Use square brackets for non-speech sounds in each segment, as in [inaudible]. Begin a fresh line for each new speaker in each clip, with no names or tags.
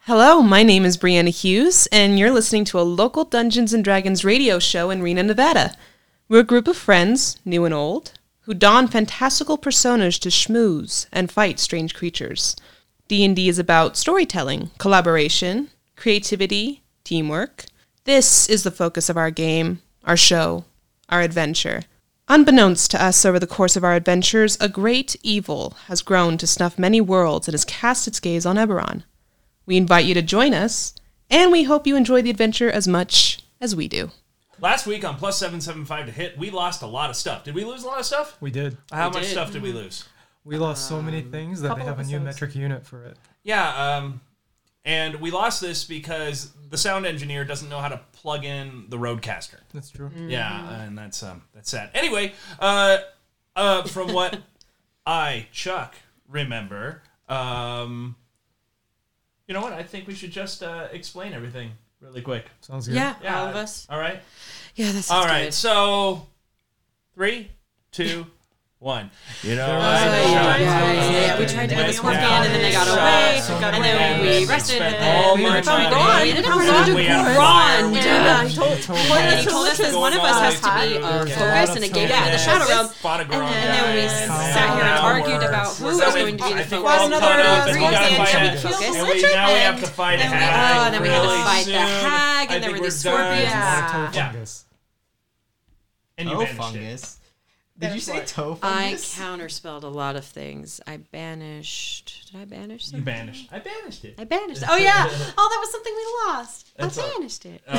Hello, my name is Brianna Hughes, and you're listening to a local Dungeons and Dragons radio show in Reno, Nevada. We're a group of friends, new and old, who don fantastical personas to schmooze and fight strange creatures. D&D is about storytelling, collaboration, creativity, teamwork. This is the focus of our game, our show, our adventure. Unbeknownst to us over the course of our adventures, a great evil has grown to snuff many worlds and has cast its gaze on Eberron. We invite you to join us, and we hope you enjoy the adventure as much as we do.
Last week on plus seven seven five to hit, we lost a lot of stuff. Did we lose a lot of stuff?
We did. Mm-hmm.
How much stuff did we lose?
We lost so many things that they have a new metric unit for it.
Yeah, um, and we lost this because the sound engineer doesn't know how to plug in the roadcaster.
That's true.
Mm.
Mm-hmm.
Yeah, and that's um, that's sad. Anyway, uh, uh,
[laughs]
from what I Chuck remember, um, you know what? I think we should just uh, explain everything really quick.
Sounds good.
Yeah, All right.
Yeah, that's
All right, so three, two, one. You know,
Yeah, we tried to
West
make one
Valley.
fan and then they got
Yeah.
away,
So
and then
many
we
things.
rested, and
Spent all
then we
my
were trying
time.
to We didn't have
Ron,
to
we had a
Ron.
fire.
Yeah.
Told,
He told us that one of us has to be uh,
Yeah.
focused, and it gave
Yeah.
him the shadow realm.
Fought a
And
Grom
then we
guy.
sat here and
Now
argued
we're-
about who
So
was
we-
going to be
I
the
think
focus.
we're all
Another
caught up, and we
Roseanne
gotta fight
trying
it.
to focus.
And we, now we have to fight a
Then we-
hag.
oh, and then we had to
really
fight the
soon.
hag, and
I
there
think
were the
we're done.
scorpions.
Toe
Yeah.
fungus.
And you
Toe
managed it.
fungus. Did you say toe
I
fungus?
counterspelled a lot of things. I banished. Did I banish
You
something?
banished. I banished it.
I banished. Oh yeah. Oh, that was something we lost.
That's all-
I banished it.
All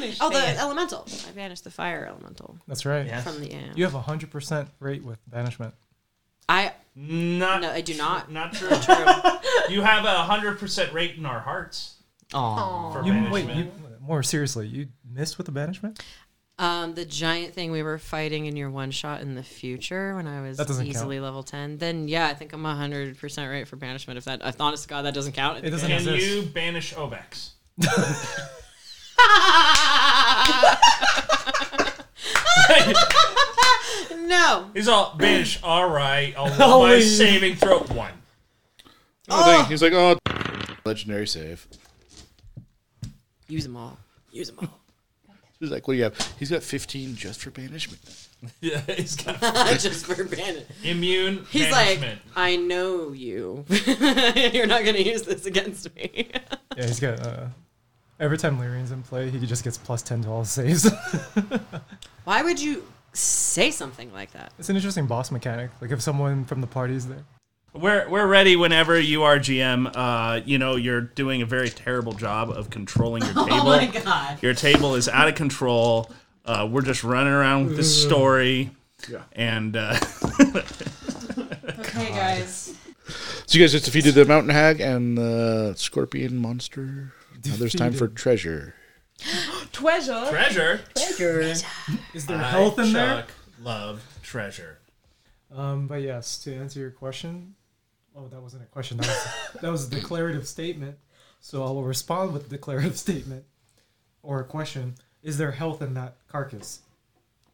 right.
Oh, the elemental. I banished the fire elemental
That's right.
Yeah.
from the end.
You have a hundred percent rate with banishment.
I
Not.
no, I do not.
Not
[laughs]
true. you have a hundred percent rate in our hearts
Aw.
for
You
banishment.
wait. You, more seriously, you missed with the banishment.
Um, the giant thing we were fighting in your one shot in the future when I was
That doesn't
easily level ten. Then yeah, I think I'm hundred percent right for banishment. If that, if honest to God, that doesn't count.
It doesn't
Can
exist.
you banish
[laughs]
Obex?
no.
He's all banish. All right. [laughs] I'll roll my saving throw one.
Oh, dang. He's like, oh, [laughs] legendary save.
Use them all. Use them all. [laughs]
He's like, what do you have? He's got 15 just for banishment.
[laughs] Yeah, he's got
Just for banishment.
immune
[laughs] He's like,
banishment.
I know you. [laughs] You're not gonna use this against me. [laughs]
Yeah, he's got. Uh, every time Lyrian's in play, he just gets plus ten to all saves. [laughs]
Why would you say something like that?
it's an interesting boss mechanic. Like if someone from the party's there.
We're, we're ready whenever you are GM. Uh, you know, you're doing a very terrible job of controlling
[laughs]
your table.
Oh god.
Your table is out of control. Uh, we're just running around with this story.
Yeah.
And uh,
Okay, guys.
So you guys just defeated the mountain hag and the scorpion monster. Now there's time for treasure.
Treasure.
treasure.
Is there health in there?
Love treasure.
Um, but yes, to answer your question, oh, that wasn't a question. That was, [laughs] that was a declarative statement. So I will respond with a declarative [laughs] statement or a question. Is there health in that carcass?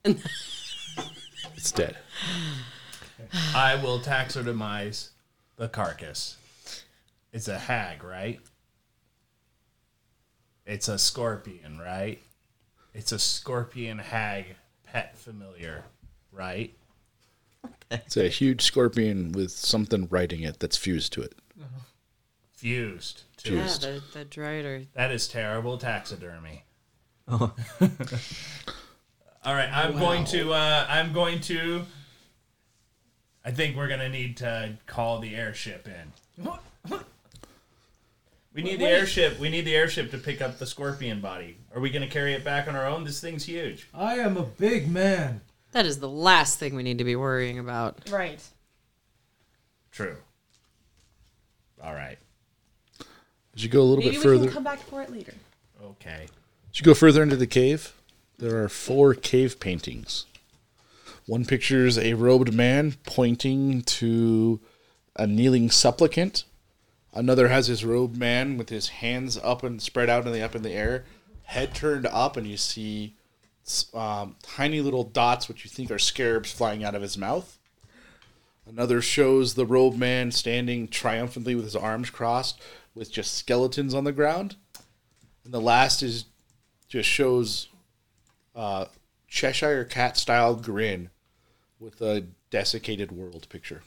It's dead.
I will taxonomize the carcass. It's a hag, right? It's a scorpion, right? It's a scorpion hag pet familiar, right?
It's a huge scorpion with something writing it that's fused to it.
Fused to
Yeah,
Fused.
the, the droider.
That is terrible taxidermy. [laughs] All right, I'm going to. Uh, I'm going to. I think we're gonna need to call the airship in. We need the airship. We need the airship to pick up the scorpion body. Are we gonna carry it back on our own? This thing's huge.
I am a big man.
That is the last thing we need to be worrying about.
Right.
True. All right.
As you go a little
Maybe we
bit further,
can come back for it later.
Okay.
as you go further into the cave, there are four cave paintings. One pictures a robed man pointing to a kneeling supplicant. Another has his robed man with his hands up and spread out in the up in the air, head turned up, and you see s- um, tiny little dots, which you think are scarabs, flying out of his mouth. Another shows the robed man standing triumphantly with his arms crossed, with just skeletons on the ground. And the last is just shows uh, Cheshire cat style grin with a desiccated world picture.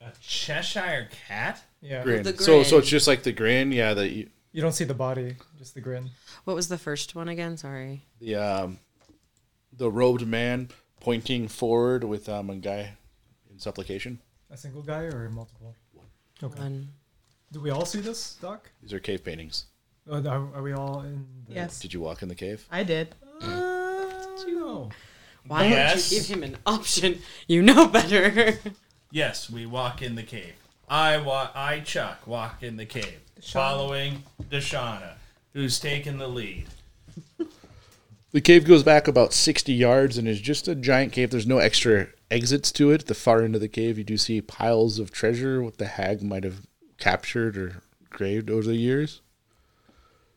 A Cheshire cat?
Yeah.
Grin.
The
So so
grin.
it's just like the grin, yeah. The
You don't see the body, just the grin.
What was the first one again? Sorry.
the um, the robed man pointing forward with um, a guy in supplication.
A single guy or multiple? Okay.
One.
Do we all see this, Doc?
These are cave paintings.
Or Are, are we all in? The,
Yes.
Did you walk in the cave?
I did.
No.
Why
Yes.
would you give him an option? You know better. [laughs]
Yes, we walk in the cave. I wa- I Chuck walk in the cave, following Dashana, who's taking the lead.
The cave goes back about 60 yards and is just a giant cave. There's no extra exits to it. At the far end of the cave, you do see piles of treasure, what the hag might have captured or graved over the years.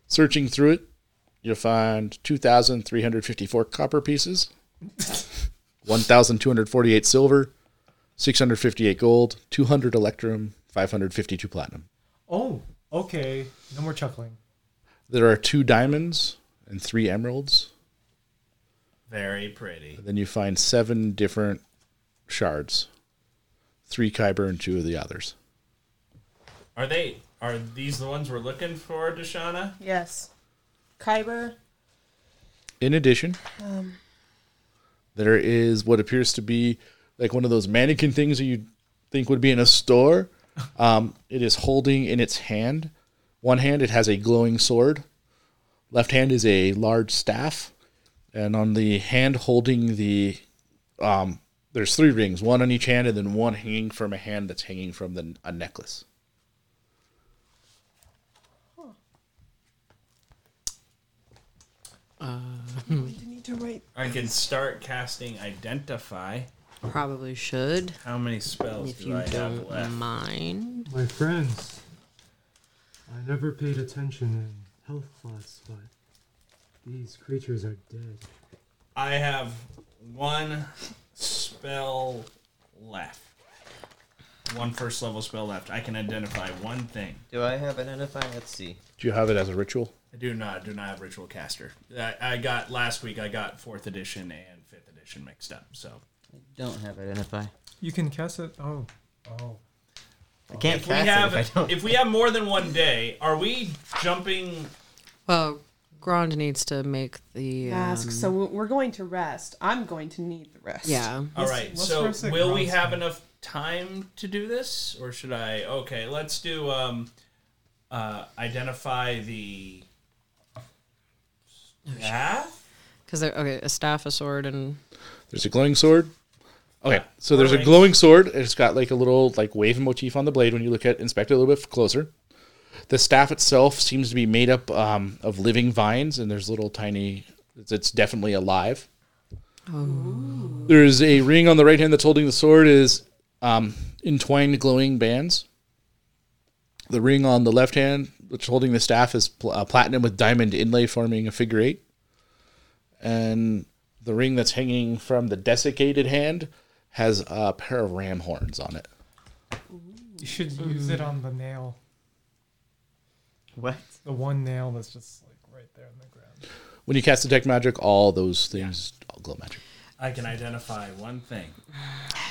Searching through it, you'll find 2,354 copper pieces, 1,248 silver, 658 gold, 200 electrum, 552 platinum.
Oh, okay. No more chuckling.
There are two diamonds and three emeralds.
Very pretty.
Then you find seven different shards. Three Kyber and two of the others.
Are they? Are these the ones we're looking for, Dashana?
Yes. Kyber.
In addition, there is what appears to be like one of those mannequin things that you think would be in a store. Um, it is holding in its hand. One hand, it has a glowing sword. Left hand is a large staff. And on the hand holding the, um, there's three rings, one on each hand, and then one hanging from a hand that's hanging from the, a necklace.
I can start casting Identify.
Probably should,
How many spells
if
do
you
I have
don't
left?
mind.
My friends, I never paid attention in health class, but these creatures are dead.
I have one spell left. One first level spell left. I can identify one thing.
Do I have identify? Let's see.
Do you have it as a ritual?
I do not do not have ritual caster. I, I got last week. I got fourth edition and fifth edition mixed up. So
Don't have identify.
You can cast it. Oh, oh.
I can't
if we
cast
have
it if I don't.
if we have more than one day, are we jumping?
Well, Grand needs to make the.
Ask.
um,
So we- we're going to rest. I'm going to need the rest.
Yeah.
All right.
let's
So
press the
will we
cross
have
now.
enough time to do this, or should I? Okay, let's do um, uh, identify the staff.
Because they're. Okay, a staff, a sword, and.
There's a glowing sword. Okay, so there's a
Alright.
glowing sword. and It's got like a little like wave motif on the blade. When you look at inspect it a little bit closer, the staff itself seems to be made up um, of living vines, and there's little tiny. It's, it's definitely alive. There's a ring on the right hand that's holding the sword is um, entwined glowing bands. The ring on the left hand, which is holding the staff, is pl- uh, platinum with diamond inlay forming a figure eight and the ring that's hanging from the desiccated hand has a pair of ram horns on it.
You should use it on the nail.
[laughs] What?
The one nail that's just like right there on the ground.
When you cast detect magic, all those things all glow magic.
I can identify one thing.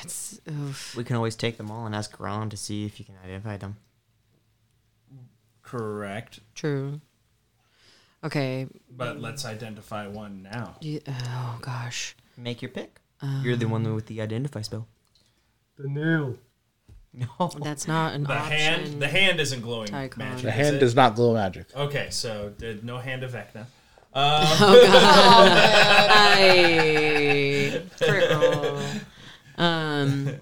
It's. Oof.
We can always take them all and ask Ron to see if you can identify them.
Correct.
True. Okay.
But let's identify one now.
you- oh, gosh.
Make your pick. You're the one with the identify spell.
The nail.
[laughs] No.
That's not an
The
option.
hand. The hand isn't glowing
Icon.
magic.
The
is
hand
it?
does not glow magic.
Okay, so did no hand of Vecna. [laughs] [laughs]
Aye. Crit roll. Um,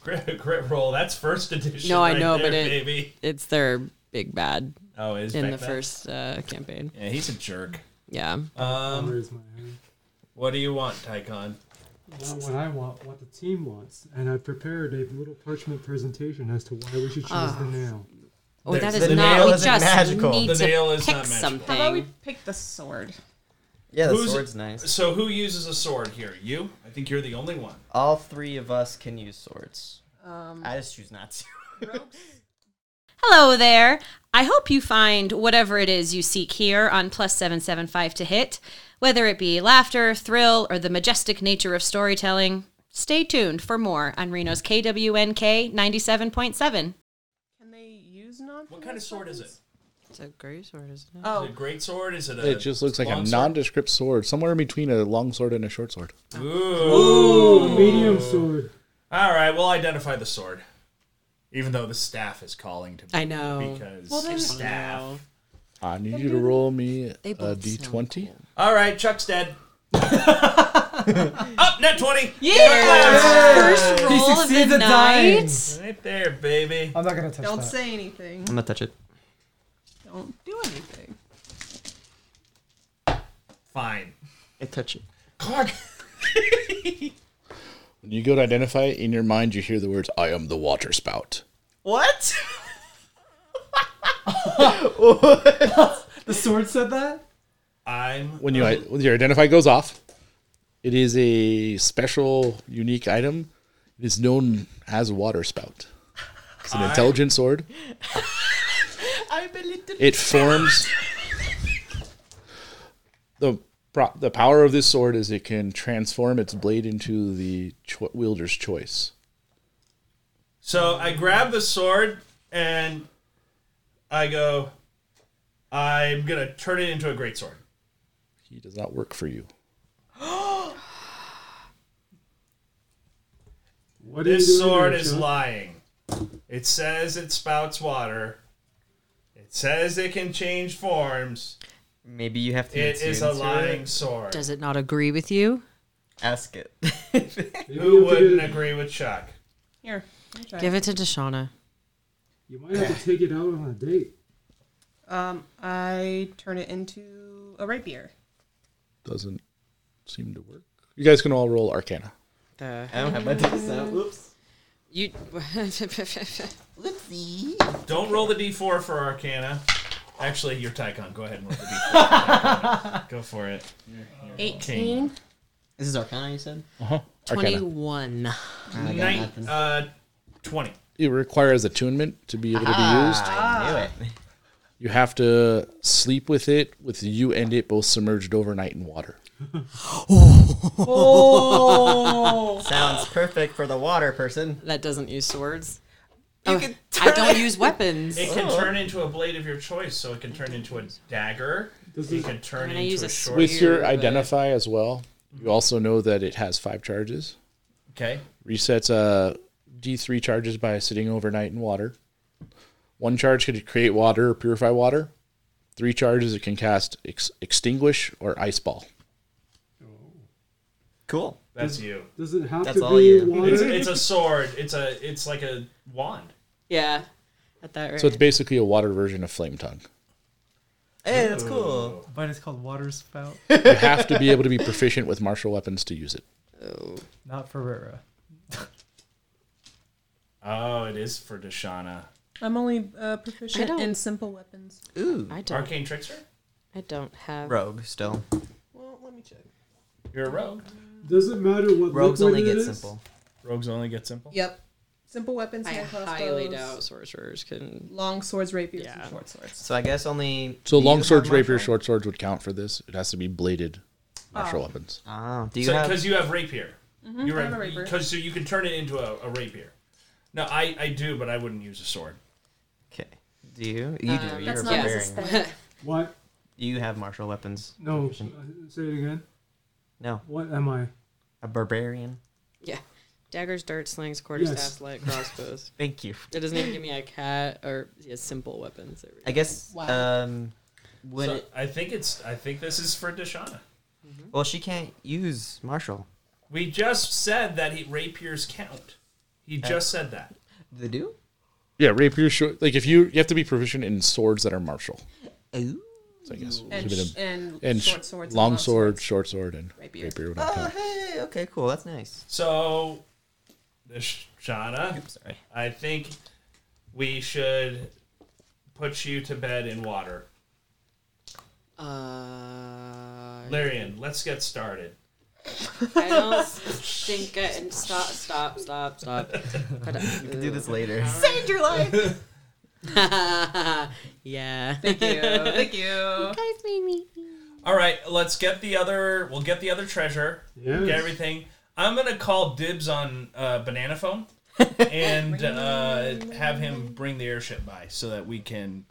Crit, crit roll. That's first edition.
No, I
right
know,
there,
but it-
baby.
it's their big bad
Oh, it is
in the
Vecna?
first uh, campaign.
Yeah, he's a jerk.
Yeah.
Um,
Where's my hand?
what do you want, Tycon?
Not what I want, what the team wants. And I prepared a little parchment presentation as to why we should choose the
Ah.
nail.
Oh, that
The-
is
the
not.
nail
We
isn't
just
magical.
need
The
to
nail is
pick
not magical.
How about we
something.
pick the sword?
Yeah, the
Who's-
sword's nice.
So who uses a sword here? You? I think you're the only one.
All three of us can use swords.
Um,
I just choose not to.
Hello there. I hope you find whatever it is you seek here on plus 775 to hit, whether it be laughter, thrill, or the majestic nature of storytelling. Stay tuned for more on Reno's KWNK 97.7.
Can they use non?
What kind of sword is it?
It's a great sword, isn't it?
Is
Oh,
it a great sword? Is it a?
It just looks like a
long
nondescript sword, somewhere in between a long sword and a short sword.
sword? Ooh.
A Oh, medium
Oh.
sword.
All right, we'll identify the sword, even though the staff is calling to me.
I know.
because
Well, then-
staff.
I need you to roll me a
They both sound
d20.
cool.
All right, Chuck's
[laughs]
dead. Up net twenty.
First roll of the
succeeded dying.
night.
Right there, baby.
I'm not gonna touch
uh,
don't
that.
say anything.
I'm gonna touch it.
Don't do anything.
Fine.
I touch it.
God.
When you go to identify it, in your mind you hear the words, I am the water spout.
[laughs] What?
[laughs]
the sword said that.
I'm.
When you when your identify goes off, it is a special, unique item. It is known as water spout. It's an intelligent sword.
[laughs] I'm a little.
It forms the pro- the power of this sword is it can transform its blade into the cho- wielder's choice.
So I grab the sword and I go. I'm gonna turn it into a great sword.
He does not work for you.
What are you
This
doing
sword
here,
is
Chuck?
lying. It says it spouts water. It says it can change forms.
Maybe you have to.
It is a
answer
lying
it.
sword.
Does it not agree with you?
Ask it. [laughs]
Maybe you
Who
have to do-
wouldn't agree with Chuck?
Here. Okay.
Give it to Deshauna.
You might have to take it out on a date.
Um, I turn it into a rapier.
Doesn't seem to work. You guys can all roll Arcana.
The
I don't have my dice out. Whoops.
you. [laughs]
Don't roll the d4 for Arcana. Actually, you're Tycon. Go ahead and roll the d4. Go for it.
18.
This is Arcana, you said.
Arcana.
Twenty-one.
I got
Nine,
nothing.
uh, 20.
It requires attunement to be able to
Ah,
be used.
I knew it.
You have to sleep with it, with you and it both submerged overnight in water.
[laughs] Sounds perfect for the water person.
That doesn't use swords.
You
Oh,
can
I don't use
[laughs]
weapons.
It can turn into a blade of your choice, so it can turn into a dagger. It can turn
gonna
into
use
a
a
short.
With your
Weird, but-
identify as well, you also know that it has five charges.
Okay.
resets uh, D3 charges by sitting overnight in water. One charge could create water or purify water. Three charges it can cast ex- extinguish or ice ball.
Cool.
That's you.
Does it have
That's
to
all
be
you.
water?
It's, it's a sword. It's a. It's like a wand.
Yeah. At that rate.
So it's basically a water version of flame tongue.
Hey, that's cool.
But it's called water spout,
You have to be able to be proficient with martial weapons to use it.
Oh,
not Ferrera.
Oh, it is for Dashana.
I'm only uh,
I
proficient
don't-
in simple weapons.
Ooh.
I don't.
Arcane trickster.
I don't have.
Rogue still.
Well, let me check. You're a rogue.
Does it matter what
Rogues
liquid
only
it
get
is?
simple.
Rogues only get simple.
Yep. Simple weapons.
I
hand
highly
crossbows,
doubt sorcerers can.
Long swords, rapiers,
Yeah.
and short swords.
So I guess only.
So
do you
long
have
swords,
martial?
rapier, short swords would count for this. It has to be bladed martial weapons.
Ah, do you have?
Because you have rapier. You're
I'm a rapier.
Because so you can turn it into a, a rapier. No, I, I do, but I wouldn't use a sword.
Okay. Do you? You
Uh,
do. You're
That's
a
not
barbarian.
his aesthetic.
[laughs]
What?
You have martial weapons.
No. uh, Say it again.
No,
What am I?
a barbarian.
Yeah. Daggers, dart, slings, quarterstaffs, light crossbows.
Thank you.
[laughs] It doesn't even give me a cat or yeah, simple weapons. There we
I
go.
guess. Um, would
So
it,
I think it's I think this is for Dashana.
well, she can't use martial.
We just said that he, rapiers count. He just said that.
They do.
Yeah, rapier, short. Like if you you have to be proficient in swords that are martial.
Ooh.
So I guess
And,
Should be
sh-
the-
and,
and
short swords. Ah. and
long sword, short sword, and
Rapier.
rapier, would not
Oh,
count.
hey. Okay. Cool. That's nice.
So Dashana,
Sorry.
I think we should put you to bed in water.
Uh,
Larian, let's get started.
I
[laughs]
don't think I and stop, stop, stop, stop.
You can do this later.
Saved your life.
yeah.
Thank
[laughs]
you. Thank you.
Guys made me.
All right, let's get the other. We'll get the other treasure.
Yes.
Get everything. I'm gonna call dibs on uh, banana
[laughs]
phone and uh, have him bring the airship by so that we can,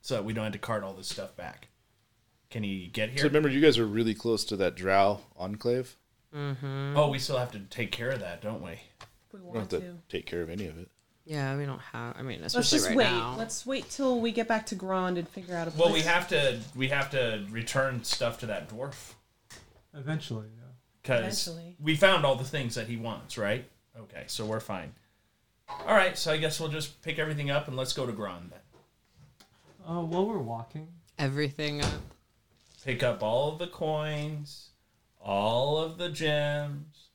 so that we don't have to cart all this stuff back. Can he get
So
here?
remember, you guys are really close to that Drow enclave.
Oh, we still have to take care of that, don't we?
We
You don't
want to.
have to take care of any of it.
Yeah, we don't have. I mean,
Let's
especially
just
right
wait.
now.
Let's wait till we get back to Grand and figure out a place.
Well, we have to. We have to return stuff to that dwarf
Eventually, yeah.
because
Eventually.
we found all the things that he wants, right? Okay, so we're fine. All right, so I guess we'll just pick everything up and let's go to Grand then.
Uh, while we're walking,
Everything up.
pick up all of the coins, all of the gems,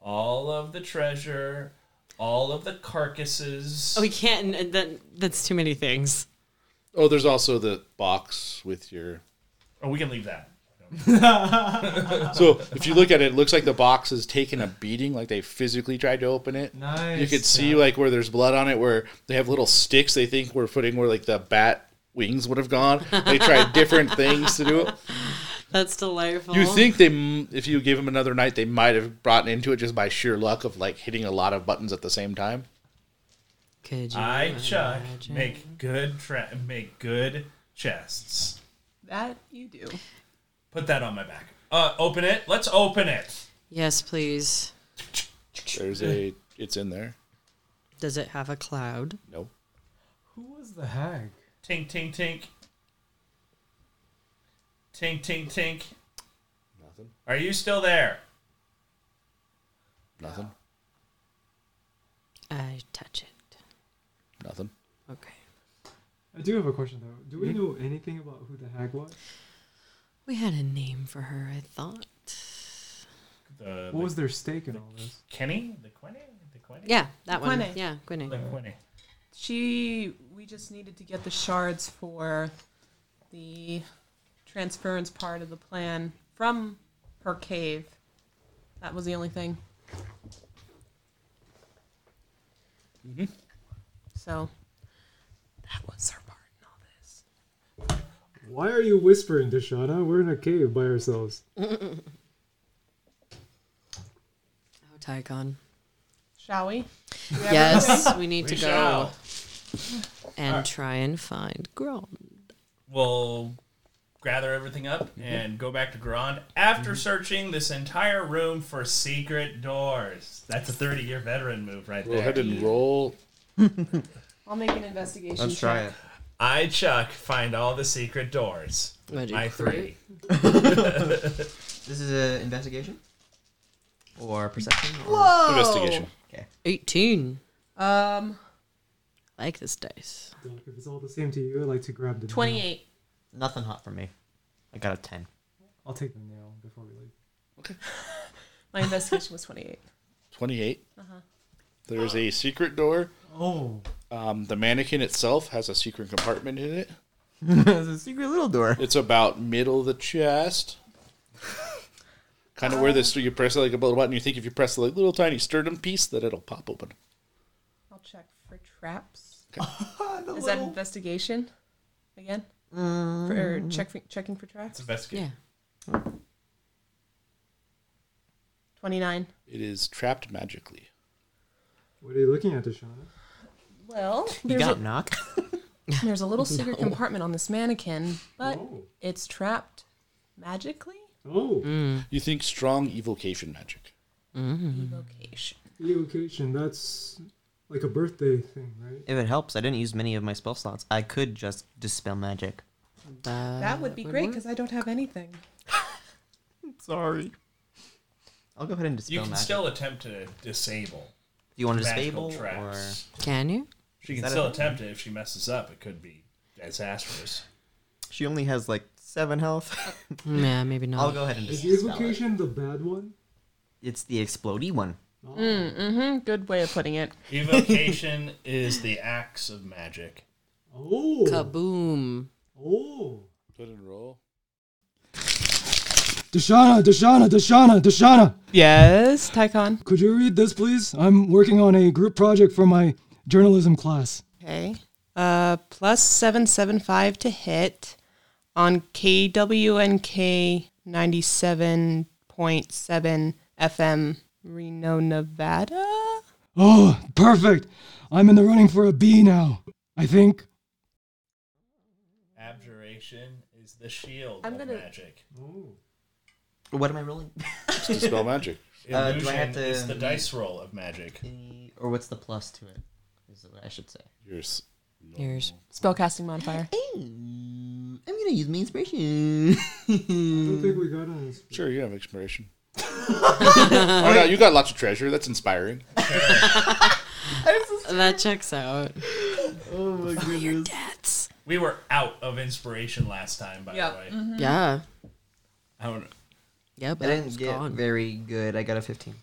all of the treasure, all of the carcasses.
Oh, we can't. and That, that's too many things.
Oh, there's also the box with your.
Oh, we can leave that.
So if you look at it, it looks like the box is taking a beating, like they physically tried to open it.
nice.
You could see like where there's blood on it, where they have little sticks they think were putting where like the bat wings would have gone. They tried different things to do it.
That's delightful.
You think they, m- if you gave them another night, they might have brought into it just by sheer luck of like hitting a lot of buttons at the same time.
Could you
I Chuck
imagine?
make good tra- make good chests.
that you do.
Put that on my back. Uh, open it. Let's open it.
Yes, please.
There's a, it's in there.
Does it have a cloud?
No,
Who was the hag?
Tink tink tink. Tink tink tink.
nothing,
Are you still there?
nothing,
I touch it.
nothing.
Okay.
I do have a question though. Do we know anything about who the hag was?
We had a name for her. I thought.
The,
What
the
was their stake in all this?
Kenny? The Quinny? The Quinny?
Yeah, that one.
Gwene.
Yeah, Gwene.
The Quinny.
She. We just needed to get the shards for the transference part of the plan from her cave. That was the only thing. So that was her part in all this.
Why are you whispering, Deshana? We're in a cave by ourselves.
Oh, Tycon.
Shall we?
Yes, we need
We
to go
shall.
and try and find Gron.
will gather everything up and go back to Grand
Mm-hmm.
after searching this entire room for secret doors. That's a 30 year veteran move right
Go
there.
ahead and roll.
I'll make an investigation.
Let's try it.
I, Chuck, find all the secret doors.
What'd you
I
create?
three.
This is an investigation or perception. Or...
Investigation.
Eighteen.
Um,
like this dice.
Doc, if it's all the same to you, I'd like to grab the nail.
twenty-eight.
Nothing hot for me. I got a ten. [laughs]
I'll take the nail before we leave.
My investigation was twenty-eight.
28. There's a secret door.
Oh,
Um, the mannequin itself has a secret compartment in it.
it's a secret little door.
It's about middle of the chest. kind of where this, you press like a little button. You think if you press like little tiny sternum piece, that it'll pop open.
I'll check for traps. [laughs] Is that investigation again? For er, check for, checking for
It's
traps.
investigate.
Yeah.
Twenty-nine.
It is trapped magically.
what are you looking at, Deshana?
Well,
You
there's
got
a,
knocked.
there's a [laughs] little secret compartment on this mannequin, but
Oh,
it's trapped magically.
oh,
You think strong evocation magic.
Mm. Evocation.
evocation. That's like a birthday thing, right?
If it helps, I didn't use many of my spell slots. I could just dispel magic.
That Uh, would be great because I don't have anything.
Sorry. I'll go ahead and dispel
You can
magic.
still attempt to disable
Do you want to
magical
disable or?
traps.
Can you?
She
Is
can
that a
still
thing?
attempt it if she messes up. It could be disastrous.
She only has like seven health.
Yeah, maybe not.
I'll go ahead and
Is
dispel it.
evocation the bad one?
It's the explodey one.
Oh.
Mm-hmm. Good way of putting it.
Evocation [laughs] is the axe of magic.
Oh.
Kaboom.
Oh.
[laughs] Put and roll.
Dashana, Dashana, Dashana, Dashana.
Yes, Tycon.
Could you read this, please? I'm working on a group project for my journalism class.
Okay. Uh, plus 775 to hit on KWNK 97.7 FM Reno, Nevada.
Oh, perfect. I'm in the running for a B now. I think.
Abjuration is the shield
I'm
of
gonna-
magic.
Uh, What am I rolling? [laughs]
Dispel magic.
Uh,
Illusion
do I have to-
is the dice roll of magic.
The- or what's the plus to it? Is what I should say.
Yours.
Yours.
Spellcasting modifier.
I'm gonna use my inspiration. [laughs]
I don't think we got on this.
Sure, you have inspiration. oh no, you got lots of treasure. That's inspiring.
That checks out.
Mm-hmm.
We were out of inspiration last time, by
Yeah. Mm-hmm.
the way.
Yeah.
I don't know.
Yeah,
I
but
didn't
it's
get
gone.
very good. I got a 15.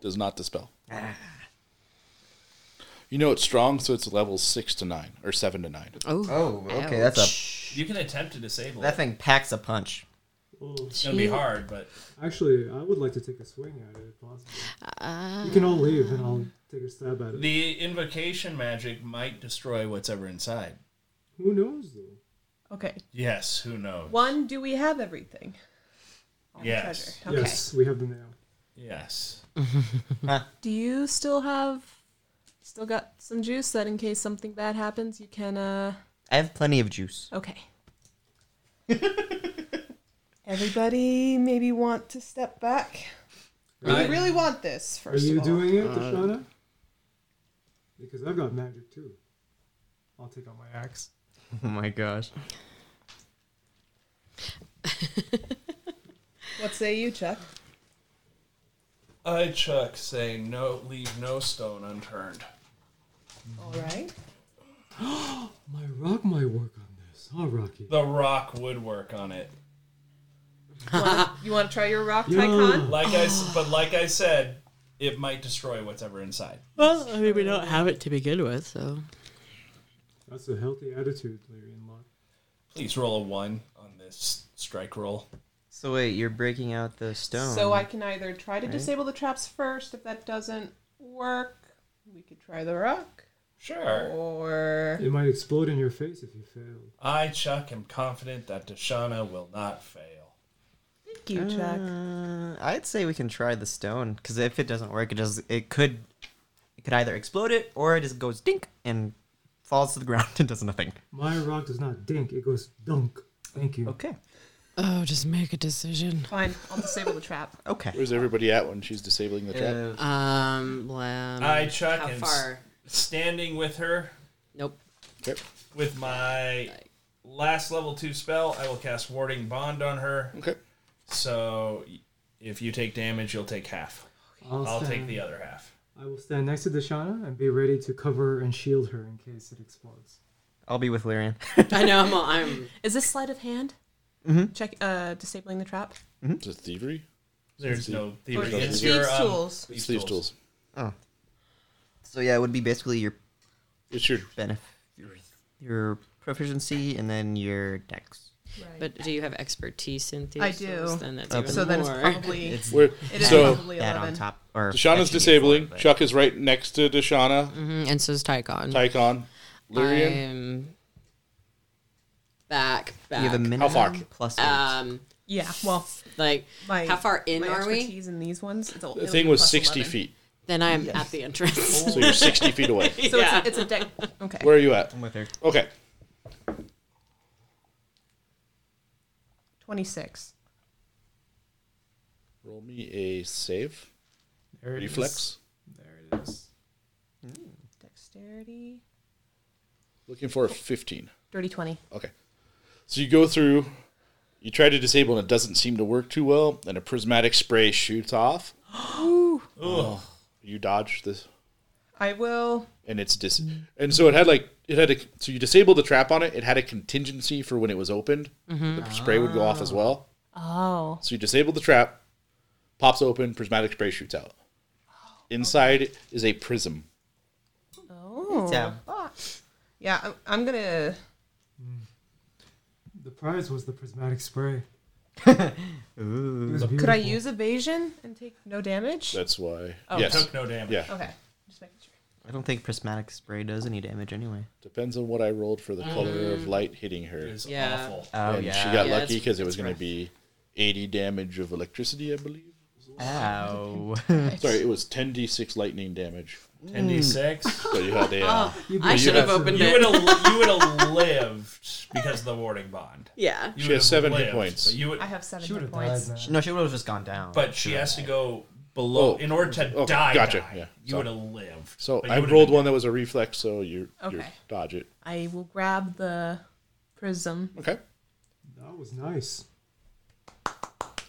Does not dispel. You know it's strong, so it's level six to nine or seven to nine.
oh,
Oh, okay. That's
You can attempt to disable
a that
it.
thing packs a punch.
It's gonna be hard, but
Actually, I would like to take a swing at it if possible.
Uh.
you can all leave and I'll take a stab at it.
the invocation magic might destroy what's ever inside.
Who knows, though?
Okay.
Yes, who knows?
One, do we have everything? All the
Yes.
treasure. Okay.
Yes, we have the nail.
Yes.
Do you still have still got some juice that in case something bad happens you can uh
I have plenty of juice.
okay. [laughs] Everybody maybe want to step back. Do
Right.
you really want this
Are
first
you
of all? uh,
doing it, Dashana? Because I've got magic too. I'll take out my axe.
[laughs] Oh my gosh.
what say you, Chuck?
I Chuck say no leave no stone unturned.
All right.
My rock might work on this, huh, Rocky?
The rock would work on it.
You want to try your rock
Yeah.
tycon?
Like I s- but like I said, it might destroy what's ever inside.
Well, I mean, we don't have it to begin with, so.
That's a healthy attitude, Larry and Locke.
Please roll a one on this strike roll.
So wait, you're breaking out the stone.
So I can either try to disable the traps first if that doesn't work, we could try the rock
Sure.
or
It might explode in your face if you fail.
I Chuck am confident that Dashana will not fail.
Thank you, Chuck.
Uh, I'd say we can try the stone because if it doesn't work, it just it could it could either explode it or it just goes dink and falls to the [laughs] ground and does nothing.
My rock does not dink, it goes dunk. Thank you.
Okay.
Oh, just make a decision.
Fine, I'll disable the trap.
Okay.
Where's everybody at when she's disabling the trap?
Uh,
Um, lam-
I Chuck
How
am
far?
s- standing with her
Nope. [laughs]
Okay.
with my last level two spell. I will cast Warding Bond on her.
Okay.
So y- if you take damage, you'll take half.
I'll,
I'll
stand,
take the other half.
I will stand next to Dashana and be ready to cover and shield her in case it explodes.
I'll be with Lyrian.
I know, I'm, all, I'm
[laughs] Is this sleight of hand? Check uh, disabling the trap.
Is it thievery?
There's no
Or
thievery.
thieves'
It's your um,
tools.
It's thieves tools.
So yeah, it would be basically your
It's your
benef- your, your proficiency and then your dex.
But do you have expertise in thieves?
I do.
tools? Then that's even
So then it's
more.
probably it
It's
where
is
so
probably
that on
eleven.
top. Or
Dashana's
actually
disabling.
four, but-
Chuck is right next to Dashana.
Mhm, And so is Tycon.
Tycon. Lyrian.
I'm back, back.
You have a minimum
How far?
plus eight.
um,
Yeah. Well,
like
my
how far in
my
are we?
expertise in these ones? It's a,
The thing was sixty feet.
Then I'm at the entrance. [laughs]
So you're sixty feet away.
So it's, a, it's a
[laughs]
deck. Okay.
Where are you at?
I'm with her.
Okay.
Twenty-six.
Roll me a save.
There it is.
Reflex.
There it is.
Dexterity.
Looking for a fifteen.
Dirty twenty.
Okay. So you go through, you try to disable and it doesn't seem to work too well, and a prismatic spray shoots off. Oh. You dodge this
I will.
and it's dis and so it had like it had a so you disabled the trap on it, it had a contingency for when it was opened. The spray would go off as well.
Oh.
So you disable the trap, pops open, prismatic spray shoots out. Inside is a prism.
Oh.
Yeah.
Yeah. I'm, I'm gonna.
The prize was the prismatic spray.
Could I use evasion and take no damage?
That's why.
Oh.
yes.
Took no damage.
Yeah.
Okay. Just making sure.
I don't think prismatic spray does any damage anyway.
Depends on what I rolled for the color of light hitting her.
It is
Yeah.
awful.
Oh
and she got
Mm. Yeah,
lucky
that's-
because it was
that's
going
rough.
to be 80 damage of electricity, I believe.
Ow.
Sorry, it was 10d6
[laughs]
lightning damage. [laughs]
10d6.
So you had the, uh,
I should have opened
you would
it.
have you would have lived because of the warding bond.
Yeah.
You
She
would
has
have
seven hit
lived,
points.
but you would-
I have seven
She would
hit
have died.
points.
Man.
[laughs] no, she would have just gone down. [laughs]
but she has to go below
Oh,
in order to
okay,
die.
gotcha,
die,
yeah,
you
so-
would have lived.
so
but you
I
would have
rolled
been-
one that was a reflex, so you you
Okay.
dodge it.
I will grab the prism. [laughs]
Okay.
That was nice.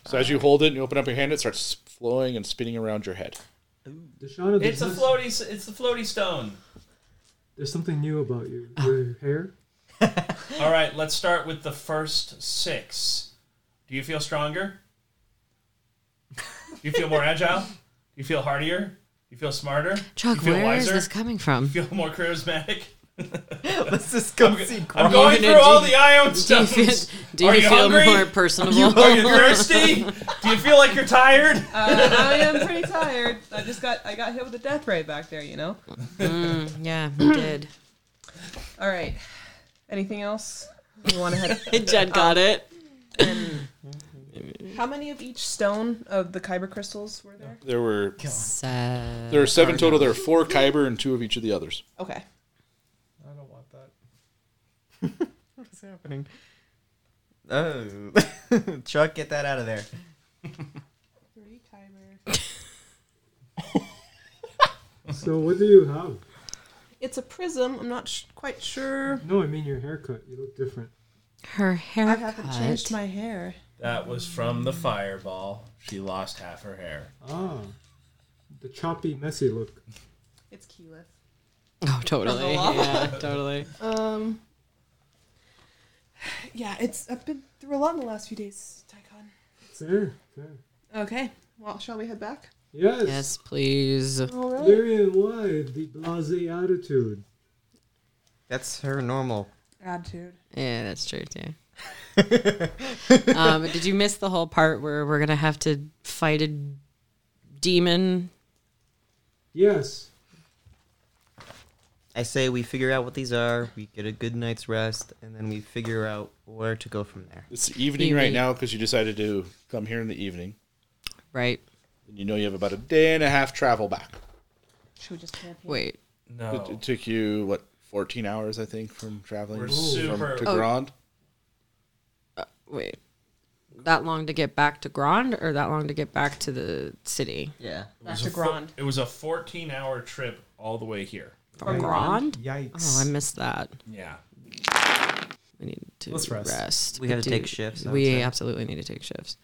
So as you hold it and you open up your hand, it starts flowing and spinning around your head.
Deshana,
It's
there's,
a
this-
floaty. s- It's the floaty stone.
there's something new
[laughs]
about you. Your hair?
All right, let's start with the first six. Do you feel stronger? Do you feel more agile? Do you feel hardier? Do you feel smarter?
Chuck,
do you feel
where is
wiser?
this coming from?
Do you feel more charismatic?
Let's just go see
I'm
Grom.
going
gonna
through all
do-
the ion
[laughs] Do you
stones.
feel, do
Are
you
you
feel
hungry?
more
[laughs]
personable?
Are [laughs] you thirsty? Do you feel like you're tired?
Uh, I am pretty tired. I just got I got hit with a death ray back there, you know.
yeah, you [clears throat] did.
All right. Anything else? You want to head?
Jed got it.
How many of each stone of the kyber crystals were there?
There were
Sad.
there are seven total. There are four Kyber and two of each of the others.
Okay.
I don't want that.
What's happening? Oh, [laughs] Chuck, get that out of there.
Three kyber.
So what do you have?
It's a prism. I'm not sh- quite sure.
No, I mean your haircut. You look different.
Her
I
haircut.
haven't changed my hair.
That was from the fireball. She lost half her hair.
Ah, the choppy, messy look.
It's keyless.
Oh, totally.
lava.
Yeah, totally.
Um. Yeah, it's I've been through a lot in the last few days, Tycon.
Fair, fair.
Okay. Well, shall we head back?
Yes.
Yes, please.
All
Lyrian, why the blasé attitude?
That's her normal.
Attitude.
Yeah, that's true too. um, did you miss the whole part where we're gonna have to fight a demon?
Yes.
I say we figure out what these are, we get a good night's rest, and then we figure out where to go from there.
It's evening right
Evening.
now because you decided to come here in the evening.
Right.
And you know you have about a day and a half travel back.
Should we just camp here?
Wait.
No.
It, it took you what 14 hours, I think, from traveling
Oh. We're
from,
super-
to
Oh.
Grand.
Wait. That long to get back to Grand, or that long to get back to the city
Yeah.
Back to Grand.
It was a 14 hour trip all the way here.
from Grand? Oh, I
Yikes.
missed that.
Yeah.
We need to
Let's
rest.
rest.
We gotta
But
take shifts, I would
We
say.
absolutely need to take shifts.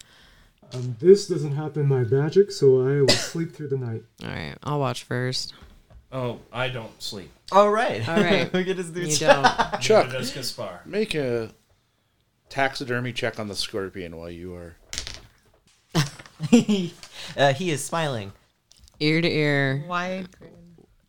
Um, this doesn't happen by magic, so I will sleep through the night.
All right, I'll watch first.
Oh, I don't sleep.
All right.
All right.
[laughs] Look at his new
You
Chuck.
don't.
Chuck.
Neither does Gaspar.
Make a taxidermy check on the scorpion while you are.
[laughs] uh, he is smiling.
Ear to ear.
Why?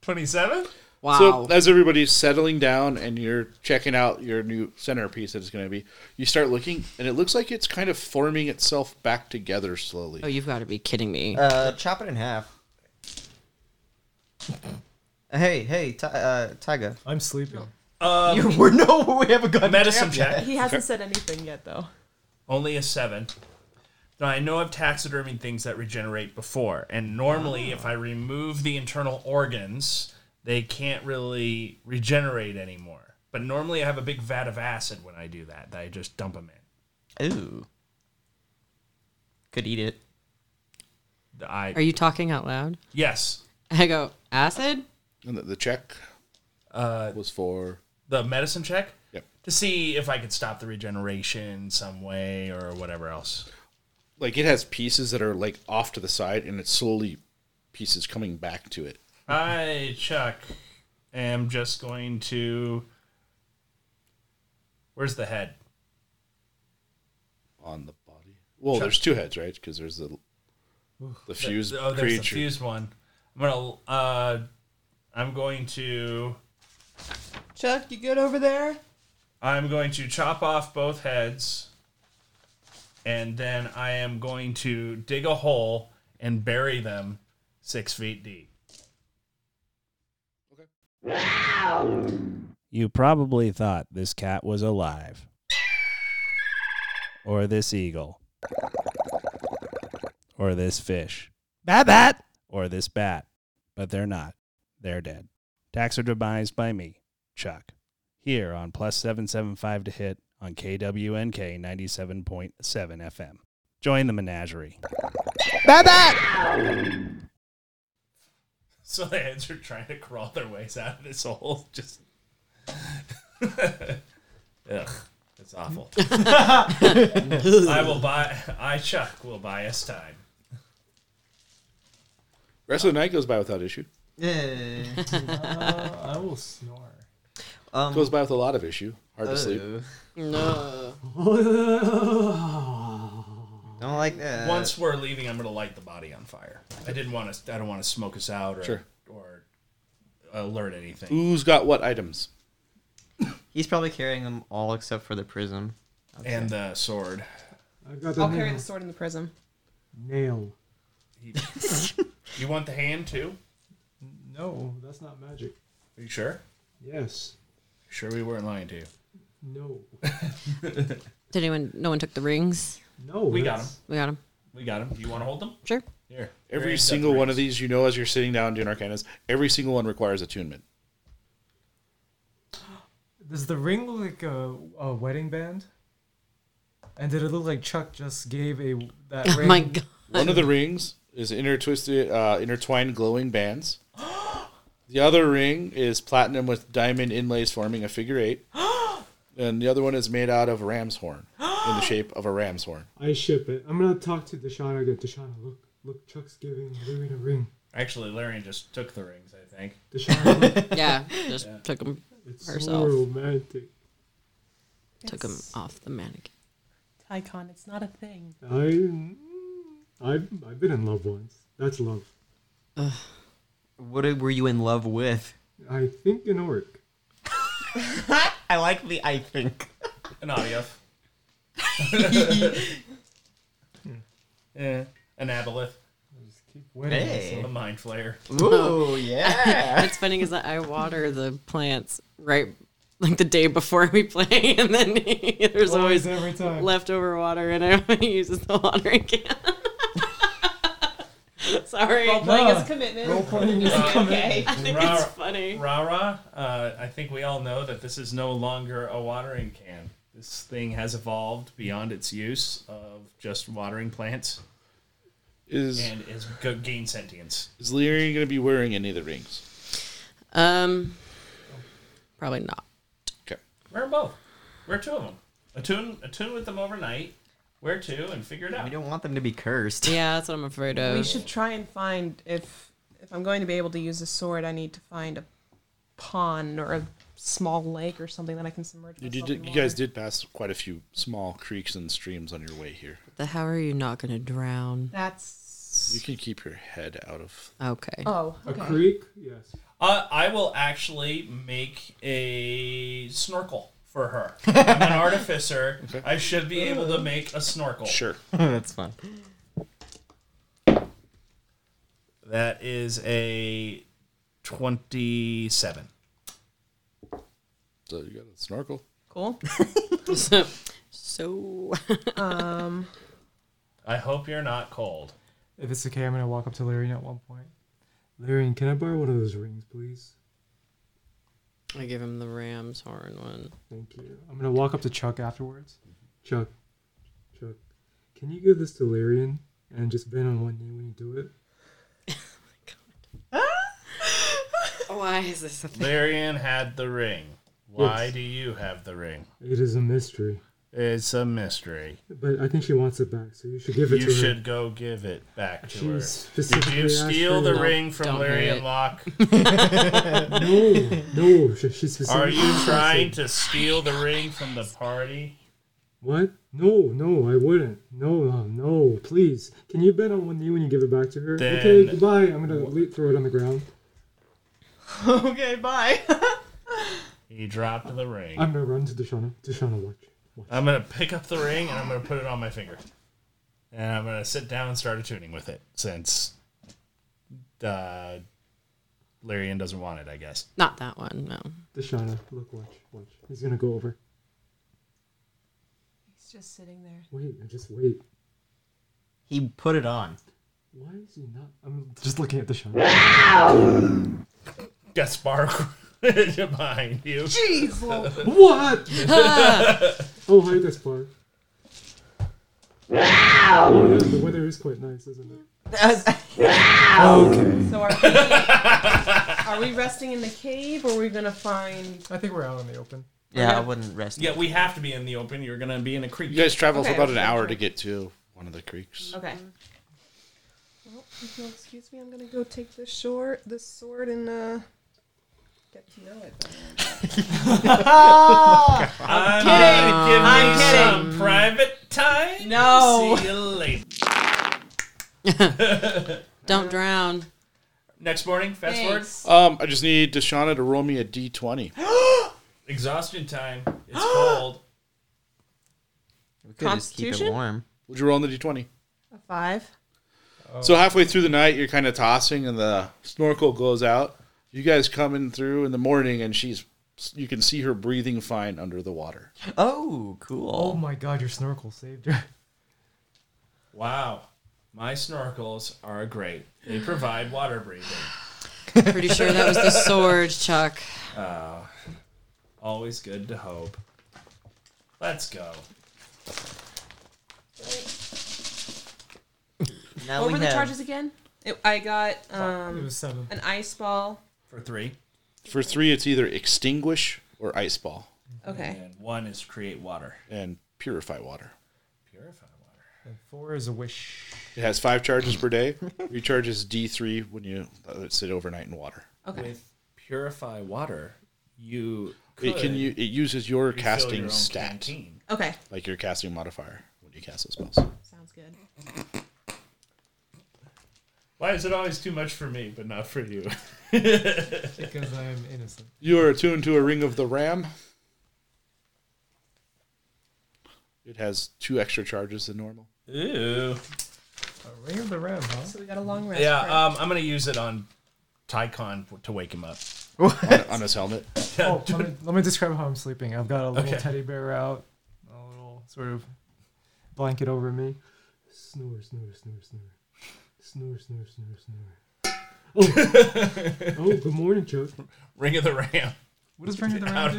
27?
Wow.
So as everybody's settling down and you're checking out your new centerpiece that it's going to be, you start looking and it looks like it's kind of forming itself back together slowly.
oh, you've got to be kidding me.
Uh, chop it in half. hey, hey, Ti uh, Tyga.
I'm sleeping.
Uh,
[laughs] We're no, we haven't got
medicine check.
He hasn't said anything yet, though.
Only a 7. Now, I know of taxidermy things that regenerate before, and normally if I remove the internal organs, they can't really regenerate anymore. But normally I have a big vat of acid when I do that, that I just dump them in.
Ooh. Could eat it.
I,
Are you talking out loud? [laughs]
yes.
I go acid.
And the, the check
Uh,
was for
the medicine check?
Yep.
To see if I could stop the regeneration some way or whatever else.
like it has pieces that are like off to the side and it's slowly pieces coming back to it.
I, Chuck, am just going to. Where's the head?
on the body. Well,
Chuck-
there's two heads, right? Because there's the the fused
oh, there's the
creature.
fused one. I'm gonna. Uh, I'm going to.
Chuck, you good over there?
I'm going to chop off both heads and then I am going to dig a hole and bury them six feet deep.
You probably thought this cat was alive. Or this eagle. Or this fish. Bat bat! Or this bat. But they're not. They're dead. Tax are demised by me, Chuck. Here on plus 775 to hit on KWNK 97.7 FM. Join the menagerie. Bat bat!
[laughs] So the heads are trying to crawl their ways out of this hole. Just. [laughs] Ugh. That's awful. [laughs] I will buy. I, Chuck, will buy us time.
Rest of the night goes by without issue.
Yeah.
Uh, I will snore.
[laughs]
Um,
Goes by with a lot of issue. Hard
Oh,
to sleep.
uh,
No.
Don't like that.
Once we're leaving, I'm going to light the body on fire. I didn't want to. I don't want to smoke us out or
Sure.
or alert anything.
Who's got what items?
He's probably carrying them all except for the prism.
And the sword.
I got the
I'll carry the
nail.
sword in the prism.
nail.
You want the hand too?
No, that's not magic.
Are you sure?
Yes.
Sure, we weren't lying to you.
No.
Did anyone? No one took the rings.
No.
We got
that's-
We got them.
We got him. Do you want to hold them?
Sure.
Here.
Every
Various
single
decorations.
one of these, you know, as you're sitting down doing arcanas, every single one requires attunement.
Does the ring look like a, a wedding band? And did it look like Chuck just gave a that
Oh
ring?
[laughs] my god.
[laughs]
One of the rings is intertwisted, uh, intertwined glowing bands. [gasps] The other ring is platinum with diamond inlays forming a
[gasps]
figure eight. And the other one is made out of ram's horn in
[gasps]
the shape of a ram's horn.
I ship it. I'm gonna talk to Deshana again. Deshana, look, look, Chuck's giving Lorraine a ring.
Actually, Larian just took the rings. I think.
Deshana,
[laughs]
look,
Yeah. Just took 'em took them.
it's
Herself.
so romantic.
off the mannequin.
Tycon, it's not a thing.
I, I've, I've been in love once. That's love.
What were you in love with? [laughs]
I think an orc.
I like the I think.
An [laughs] Audioth. yeah. Eh, An Aboleth.
Just keep winning.
Hey.
A Mind Flayer.
Ooh, yeah. [laughs]
What's funny is that I water the plants right like the day before we play, [laughs] and then there's
Always
always
every time.
leftover water, and [laughs] everybody uses the watering can. [laughs] Sorry,
Playing
Nah.
is a commitment.
Role
[laughs]
playing is a commitment.
I think
Rah-
it's funny.
Rara, uh, I think we all know that this is no longer a watering can. This thing has evolved beyond its use of just watering plants
Is
and is go- gained sentience.
is Leary going to be wearing any of the rings?
Um, probably not.
Okay.
Wear 'em both. Wear two of them. Attune, attune with them overnight. Wear two and figure it
we
out.
don't want them to be cursed. [laughs]
Yeah, that's what I'm afraid of.
We should try and find if if I'm going to be able to use a sword, I need to find a pond or a small lake or something that I can submerge
You,
myself
did,
in
you
water.
guys did pass quite a few small creeks and streams on your way here.
The how are you not going to drown?
That's
You can keep your head out of.
Okay. [laughs]
oh
A
okay.
creek? Yes.
Uh, I will actually make a snorkel for
[laughs]
her. I'm an artificer. I should be able to make a snorkel.
Sure.
That's fun.
That is a 27.
So you got a snorkel. [laughs]
Cool.
So [laughs]
I hope you're not cold.
If it's okay, I'm gonna walk up to Lyrian at one point.
Larian, can I borrow one of those rings, please?
I give him the ram's horn one.
Thank you. I'm gonna walk up to Chuck afterwards. Chuck, Chuck, can you give this to Larian and just bend on one knee when you do it?
Why is this a thing?
Larian had the ring. Why
Yes.
do you have the ring?
It is a mystery,
It's a mystery.
but I think she wants it back, so you should give it
You
to her.
should go give it back to
She
her. Did
specifically
you
asked
steal
for
the
it.
ring from
don't do
Larian
it.
Locke?
No, no, she, she
Are
specifically.
you trying to steal the ring from the party?
What? No, no, I wouldn't. No, no, no, please. Can you bend on one knee when you give it back to her?
Then-
Okay, goodbye. I'm gonna le- throw it on the ground.
okay, bye.
He dropped the ring.
I'm gonna run to Deshana. Deshana, watch.
I'm gonna pick up the ring and I'm gonna put it on my finger, and I'm gonna sit down and start attuning with it since uh, Larian doesn't want it. I guess.
Not that one, no.
Deshana, look, watch, watch. He's gonna go over.
He's just sitting there.
Wait, now just wait.
He put it on.
Why is he not? I'm just looking at Deshana.
Gaspar [laughs] behind you. [laughs]
what? oh, hi, Gaspar. the weather is quite nice, isn't it?
[laughs] So are we, are we resting in the cave, or are we gonna find?
I think we're out in the open.
Yeah, I wouldn't rest.
Yeah, we have to be in the open. You're gonna be in a creek.
You guys travel
Okay.
for about an hour to get to one of the creeks.
Okay. Well, Oh, if you'll excuse me, I'm gonna go take this short, this sword, and uh, get to know it.
I'm kidding. Give me some private time.
No.
See you later.
Don't [laughs] drown.
Next morning, fast forward.
Um, I just need Deshauna to roll me a d20.
Exhaustion time. [gasps] It's cold.
We could just keep it
Constitution?
warm.
Would you roll on the d20?
A five.
So halfway through the night, you're kind of tossing, and the snorkel goes out. You guys come in through in the morning, and she's you can see her breathing fine under the water.
Oh,
Oh
cool.
my god, your snorkel saved her.
Wow. My snorkels are great. They provide water breathing.
Pretty sure that was the sword, Chuck.
Always good to hope. Let's go.
Now
What
we
were the
have-
charges again? It, I got
It
um,
was seven.
an ice ball.
For three.
For three, it's either extinguish or ice ball
Okay.
And one is create water.
and purify water.
Purify water.
And four is a wish.
It has five charges per [laughs] day. Recharges D three when you let it sit overnight in water.
Okay.
With purify water, you
It can
you
you it uses your casting stat
Okay.
like your casting modifier when you cast those spells.
Sounds good.
Why is it always too much for me, but not for you?
Because I am innocent.
You are attuned to a ring of the ram. It has two extra charges than [laughs] normal.
Ew.
A ring of the ram, huh?
So we got a long rest.
Yeah,
uh,
right?
um, I'm gonna use it on Tycon to wake him up. [laughs]
on, on his helmet.
Oh, let me, let me describe how I'm sleeping. I've got a little
Okay.
teddy bear out, a little sort of blanket over me.
Snore, snore, snore, snore. Snore, snore, snore, snore. Oh, oh good morning, Chuck.
Ring of the Ram.
What does Ring of the Ram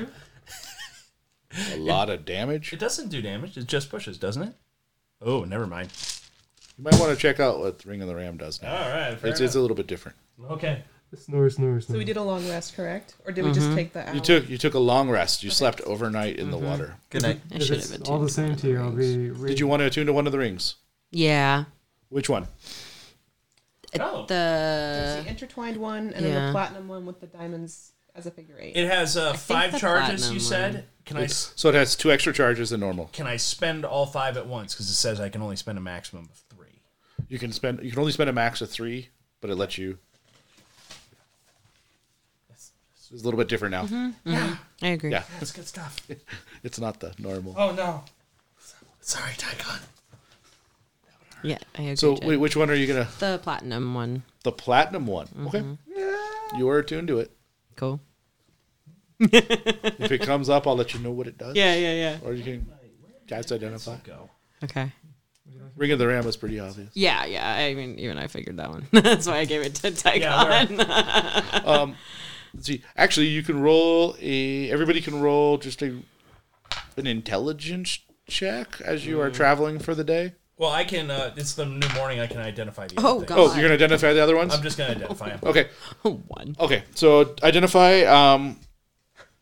do?
A lot of damage.
It doesn't do damage. It just pushes, doesn't it? Oh, never mind.
You might want to check out what Ring of the Ram does now.
All right. Ah, fair
It's, it's a little bit different.
enough. okay.
Snore, snore, snore.
So we did a long rest, correct? Or did we just take the hour?
You took you took a long rest. You slept overnight in the water.
Good [laughs] night.
I
If
should
it's
have been
all the
tuned.
same to you. I'll be. Re-
Did you want to attune to one of the rings?
Yeah.
Which one?
Oh.
The
the intertwined one and then
Yeah.
the platinum one with the diamonds as a figure eight.
It has uh, five
the
charges.
platinum
You
one.
said. Can I s-
So it has two extra charges than normal.
can I spend all five at once? Because it says I can only spend a maximum of three.
You can spend you can only spend a max of three, but it lets you. It's a little bit different now.
Mm-hmm. I agree.
Yeah.
That's good stuff.
It's not the normal.
Oh no. [laughs] Sorry, Tycon.
Yeah, I agree.
so
Jed.
wait, which one are you gonna?
the platinum one.
The platinum one.
Mm-hmm.
Okay. You are attuned to it.
Cool.
If it comes up, I'll let you know what it does.
Yeah, yeah, yeah.
Or you can cast identify.
Go.
Okay.
Ring of the Ram was pretty obvious.
Yeah, yeah. I mean, even I figured that one. [laughs] That's why I gave it to Tycon.
Yeah,
Let's see. Actually, you can roll a. Everybody can roll just a an intelligence check as you are
Mm-hmm.
traveling for the day.
Well, I can. Uh, it's the new morning. I can identify the.
[laughs] Oh,
other thing.
God. Oh,
Oh, you're gonna identify the other ones.
I'm just gonna identify him.
Okay.
one.
Okay. So identify. Um,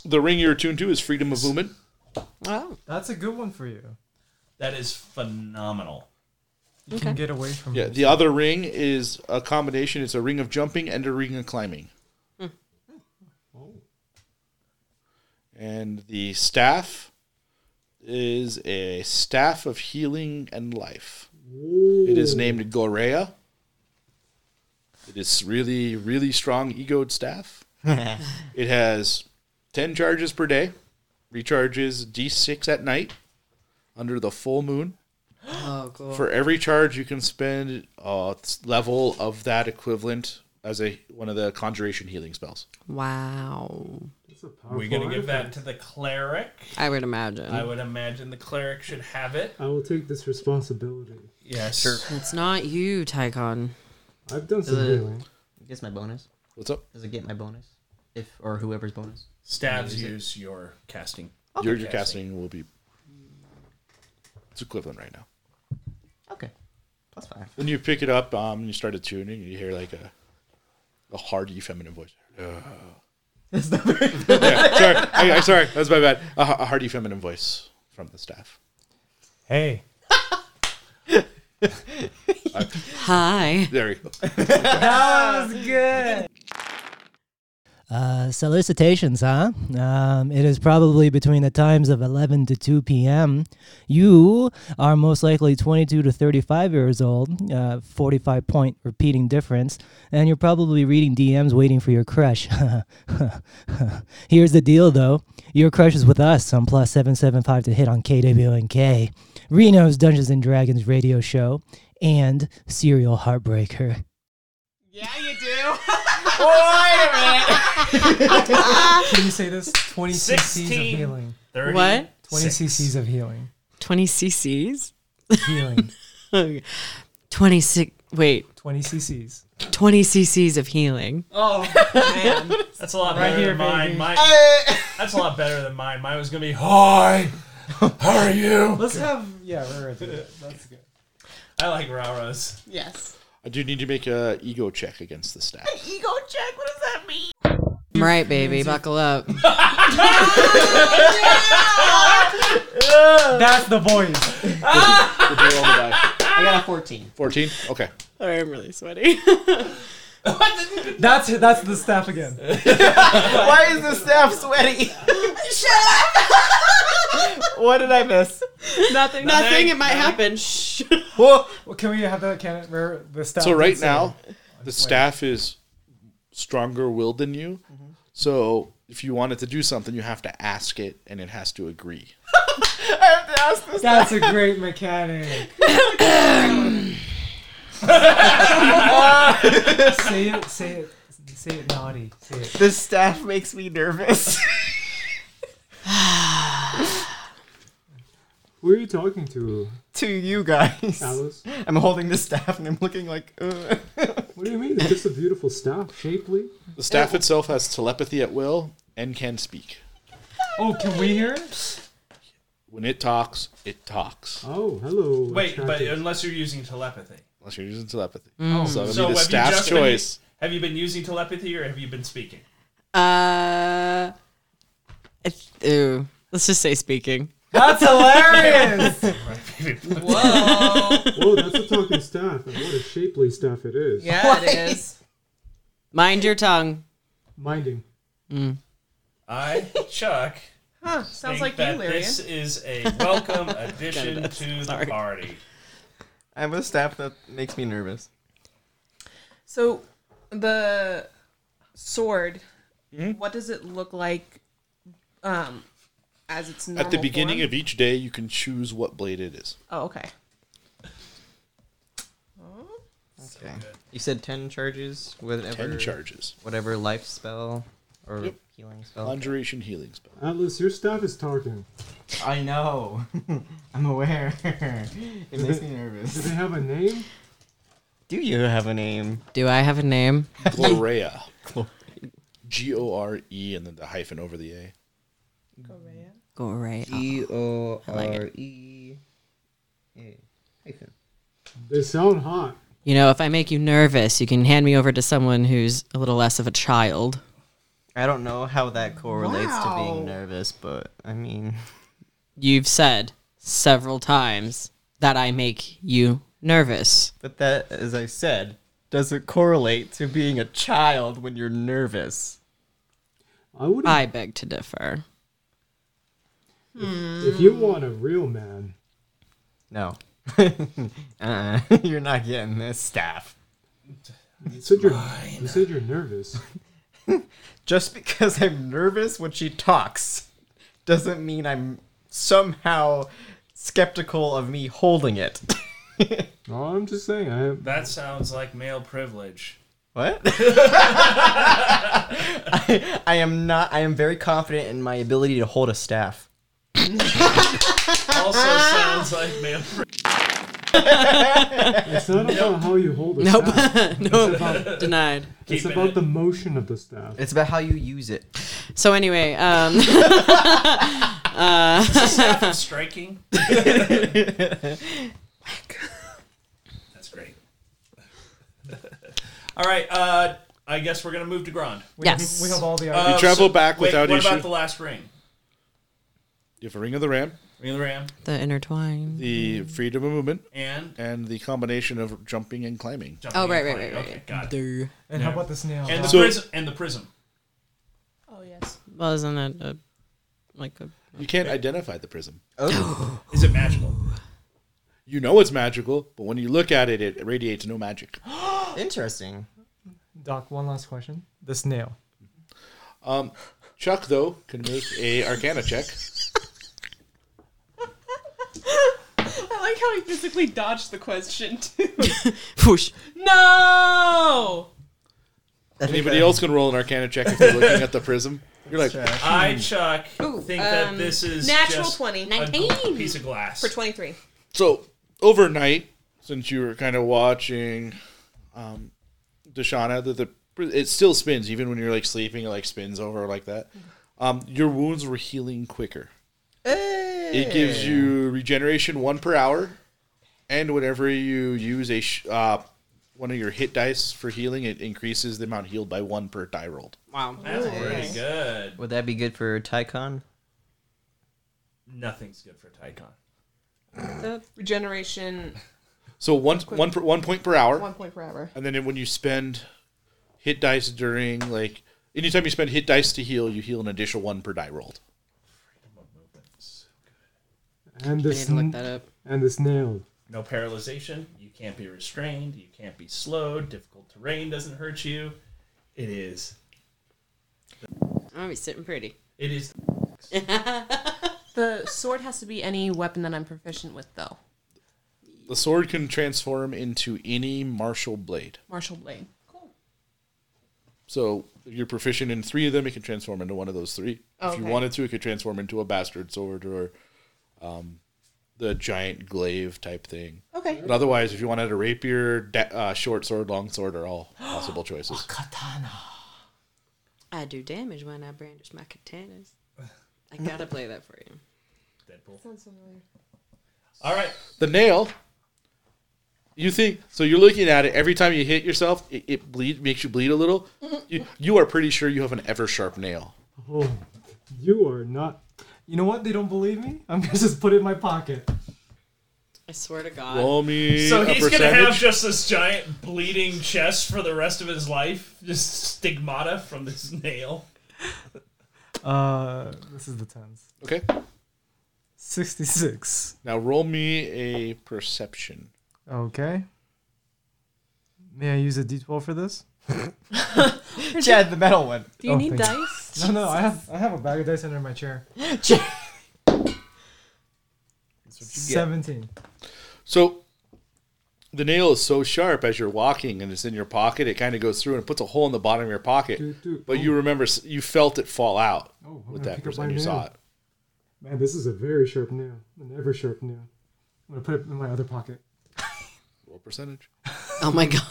the ring you're attuned to is freedom of movement.
Oh,
That's a good one for you.
That is phenomenal.
You can get away from
Yeah.
it.
The other ring is a combination. It's a ring of jumping and a ring of climbing. Oh. And the staff is a staff of healing and life. It is named Gorea. It is really, really strong egoed staff. it has 10 charges per day, recharges D6 at night, under the full moon.
Oh, cool.
For every charge, you can spend a level of that equivalent as a one of the conjuration healing spells.
wow.
That's a powerful
We're gonna give that
artifact.
to the cleric.
I would imagine.
I would imagine the cleric should have it.
I will take this responsibility.
Yes.
it's not you, Tycon.
I've done some
Uh,
healing.
Gets my bonus.
What's up?
Does it get my bonus? If or whoever's bonus.
Stabs use your casting.
your your casting will be it's equivalent right now.
Okay. Plus five.
Then you pick it up, um, and you start attuning, and you hear like a a hearty feminine
[laughs]
voice. Ugh. [laughs] yeah, sorry, I, am sorry, that's my bad. A, a hearty feminine voice from the staff.
Hey,
[laughs] Hi.
There we go.
Uh, solicitations, huh? Um, it is probably between the times of 11 to 2 p.m. You are most likely 22 to 35 years old, uh, 45 point repeating difference, and you're probably reading DMs waiting for your crush. [laughs] Here's the deal, though your crush is with us on plus 775 to hit on KWNK, Reno's Dungeons and Dragons radio show, and Serial Heartbreaker.
Yeah, you do.
[laughs]
can you say this? 20 cc's of
16.
healing.
30,
What?
20 cc's of healing.
20 cc's?
Healing.
26. Wait,
20 cc's.
20 cc's of healing.
That's a lot
Right
better
here,
than mine.
baby.
mine. [laughs] That's a lot better than mine. Mine was gonna be hi. How are you?
Let's have, yeah, right, right, right, That's good.
I like Raras.
Yes.
I do need to make a ego check against
[laughs]
the staff.
I'm right, baby. Buckle [laughs] up.
Uh,
That's the voice.
Would you roll the die?
I got a fourteen.
Fourteen. Okay.
I'm really sweaty. [laughs]
That's that's the staff again.
[laughs] Why is the staff [laughs] sweaty? [laughs] what did I miss?
Nothing. Nothing. It might happen. Shh.
Whoa.
Well, can we have the can where the staff?
Oh,
So right
is, uh,
now, the staff is stronger willed than you.
Mm-hmm.
So if you want it to do something, you have to ask it, and it has to agree.
that's a great
[laughs]
mechanic. say it, say it, say it naughty. Say it.
The staff makes me nervous. [laughs]
Who are you talking to,
to you guys.
Alice?
I'm holding the staff and I'm looking like. Uh. [laughs]
What do you mean? It's just a beautiful staff, shapely.
The staff itself has telepathy at will and can speak.
Oh, can we hear it?
When it talks, it talks.
Oh, hello.
Wait, but
attractive.
unless you're using telepathy.
Unless you're using telepathy. So it'll
Mm. So
be the
have you
staff's
just been-
choice.
Have you been using telepathy or have you been speaking?
Uh. It's, ew. Let's just say speaking.
[laughs]
That's hilarious.
Whoa, Oh, that's a talking staff, and what a shapely staff it is.
Yeah, it is. Mind your tongue.
Minding.
[laughs] I, Chuck,
Huh, sounds
think
like you,
that
Lyrian.
this is a
[laughs]
welcome addition to the
Sorry.
party.
I'm a staff that makes me nervous.
So the sword,
Hmm?
what does it look like um as it's normal
At the beginning
form?
of each day, you can choose what blade it is.
Oh, okay.
Okay. You said ten charges, whatever.
Ten charges.
Whatever life spell or healing spell.
Conjuration healing spell.
[laughs]
Atlas, your staff is talking.
I know. [laughs] I'm aware. it makes me
Do
nervous.
they have a name?
[laughs] Do you have a name?
Do I have a name?
Glorea. G O R E and then the hyphen over the A.
Go right.
E O
like
R E A E. hyphen.
They sound hot.
You know, if I make you nervous, you can hand me over to someone who's a little less of a child.
I don't know how that correlates to being nervous, but I mean,
You've said several times that I make you nervous.
[laughs] but that, as I said, doesn't correlate to being a child when you're nervous.
I would
I beg to differ.
if you want a real man,
[laughs] No. uh, [laughs] you're not getting this staff.
you said you're you said you're
[laughs]
nervous.
Just because I'm nervous when she talks doesn't mean I'm somehow skeptical of me holding it. [laughs]
No, I'm just saying. I have.
That sounds like male [laughs] privilege.
What? [laughs] I, I am not. I am very confident in my ability to hold a staff.
Also sounds like male privilege.
It's not about how you hold a
[laughs] Nope.
staff.
[laughs] Nope.
It's about,
Denied.
it's
Keep it
about
in.
the motion of the staff.
It's about how you use it.
So anyway, [laughs] um,
Staff is
[laughs]
striking. That's great. All right. Uh, I guess we're gonna move to Grand.
We
Yes.
Have, we have all the
Uh,
items.
travel back
wait,
without
what
issue?
about the last ring?
You have a ring of the ram,
Ring of the Ram
the intertwined.
Mm-hmm.
the freedom of movement,
and
and the combination of jumping and climbing.
jumping
Oh, right, right,
and
right,
climbing.
right,
Okay,
right.
got it.
Duh.
and how about the snail?
And the
So-
prism. And the prism.
Oh yes.
Well, isn't that a, like a?
You can't identify the prism.
Is it magical?
You know it's magical, but when you look at it, it radiates no magic. [gasps]
Interesting.
Doc, one last question. The snail.
Chuck though can make a Arcana check.
I like how he physically dodged the question too.
Whoosh.
no.
Anybody else can roll an Arcana check if they're looking at the prism. You're like,
I
Hmm.
Chuck
Ooh,
think that
um,
this is
natural
just
20.
a
19.
piece of glass.
For 23.
So overnight, since you were kind of watching um, Dashana, the, the it still spins even when you're like sleeping. It like spins over like that. Um, your wounds were healing quicker. It gives you regeneration one per hour, and whenever you use a sh- uh, one of your hit dice for healing, it increases the amount healed by one per die rolled.
Wow.
That's pretty good.
Would that be good for Tycon?
Nothing's good for Tycon.
The regeneration,
So one one per, one point per hour.
one point per hour.
And then it- when you spend hit dice during like anytime you spend hit dice to heal, you heal an additional one per die rolled.
And
I
the,
need to look
sn-
that up.
and the snail.
No paralyzation. You can't be restrained. You can't be slowed. Difficult terrain doesn't hurt you. It is.
I'm gonna be sitting pretty.
It is.
The sword has to be any weapon that I'm proficient with, though.
The sword can transform into any martial blade.
Martial blade. Cool.
So if you're proficient in three of them, it can transform into one of those three. If you
Okay.
wanted to, it could transform into a bastard sword or um, the giant glaive type thing.
Okay.
But otherwise, if you wanted a rapier, da- uh, short sword, long sword are all possible choices.
I do damage when I brandish my katanas.
[sighs]
I gotta play that for you.
All right.
the nail you think so you're looking at it every time you hit yourself it, it bleed makes you bleed a [laughs] little you, you are pretty sure you have an ever sharp nail
Oh, you are not.
You know what? They don't believe me. I'm gonna [laughs] just put it in my pocket.
I swear to God.
roll me
So
a
he's gonna
percentage.
have just this giant bleeding chest for the rest of his life, just stigmata from this nail. [laughs]
Uh, this is the tens.
okay
Sixty-six.
now roll me a perception
Okay. May I use a D12 for this?
Chad, the metal one.
Do you
Oh,
need
thank
dice?
No, no. I have I have a bag of dice under my [laughs] chair. Seventeen.
so the nail is so sharp as you're walking and it's in your pocket it kind of goes through and puts a hole in the bottom of your pocket
Dude, dude,
but
oh.
you remember s- you felt it fall out
Oh, I'm
with
gonna
that
pick up my
percent you saw
nail.
it
Man, this is a very sharp nail. An ever sharp nail.
I'm gonna put it in my other pocket.
[laughs]
roll percentage
[laughs] Oh my God.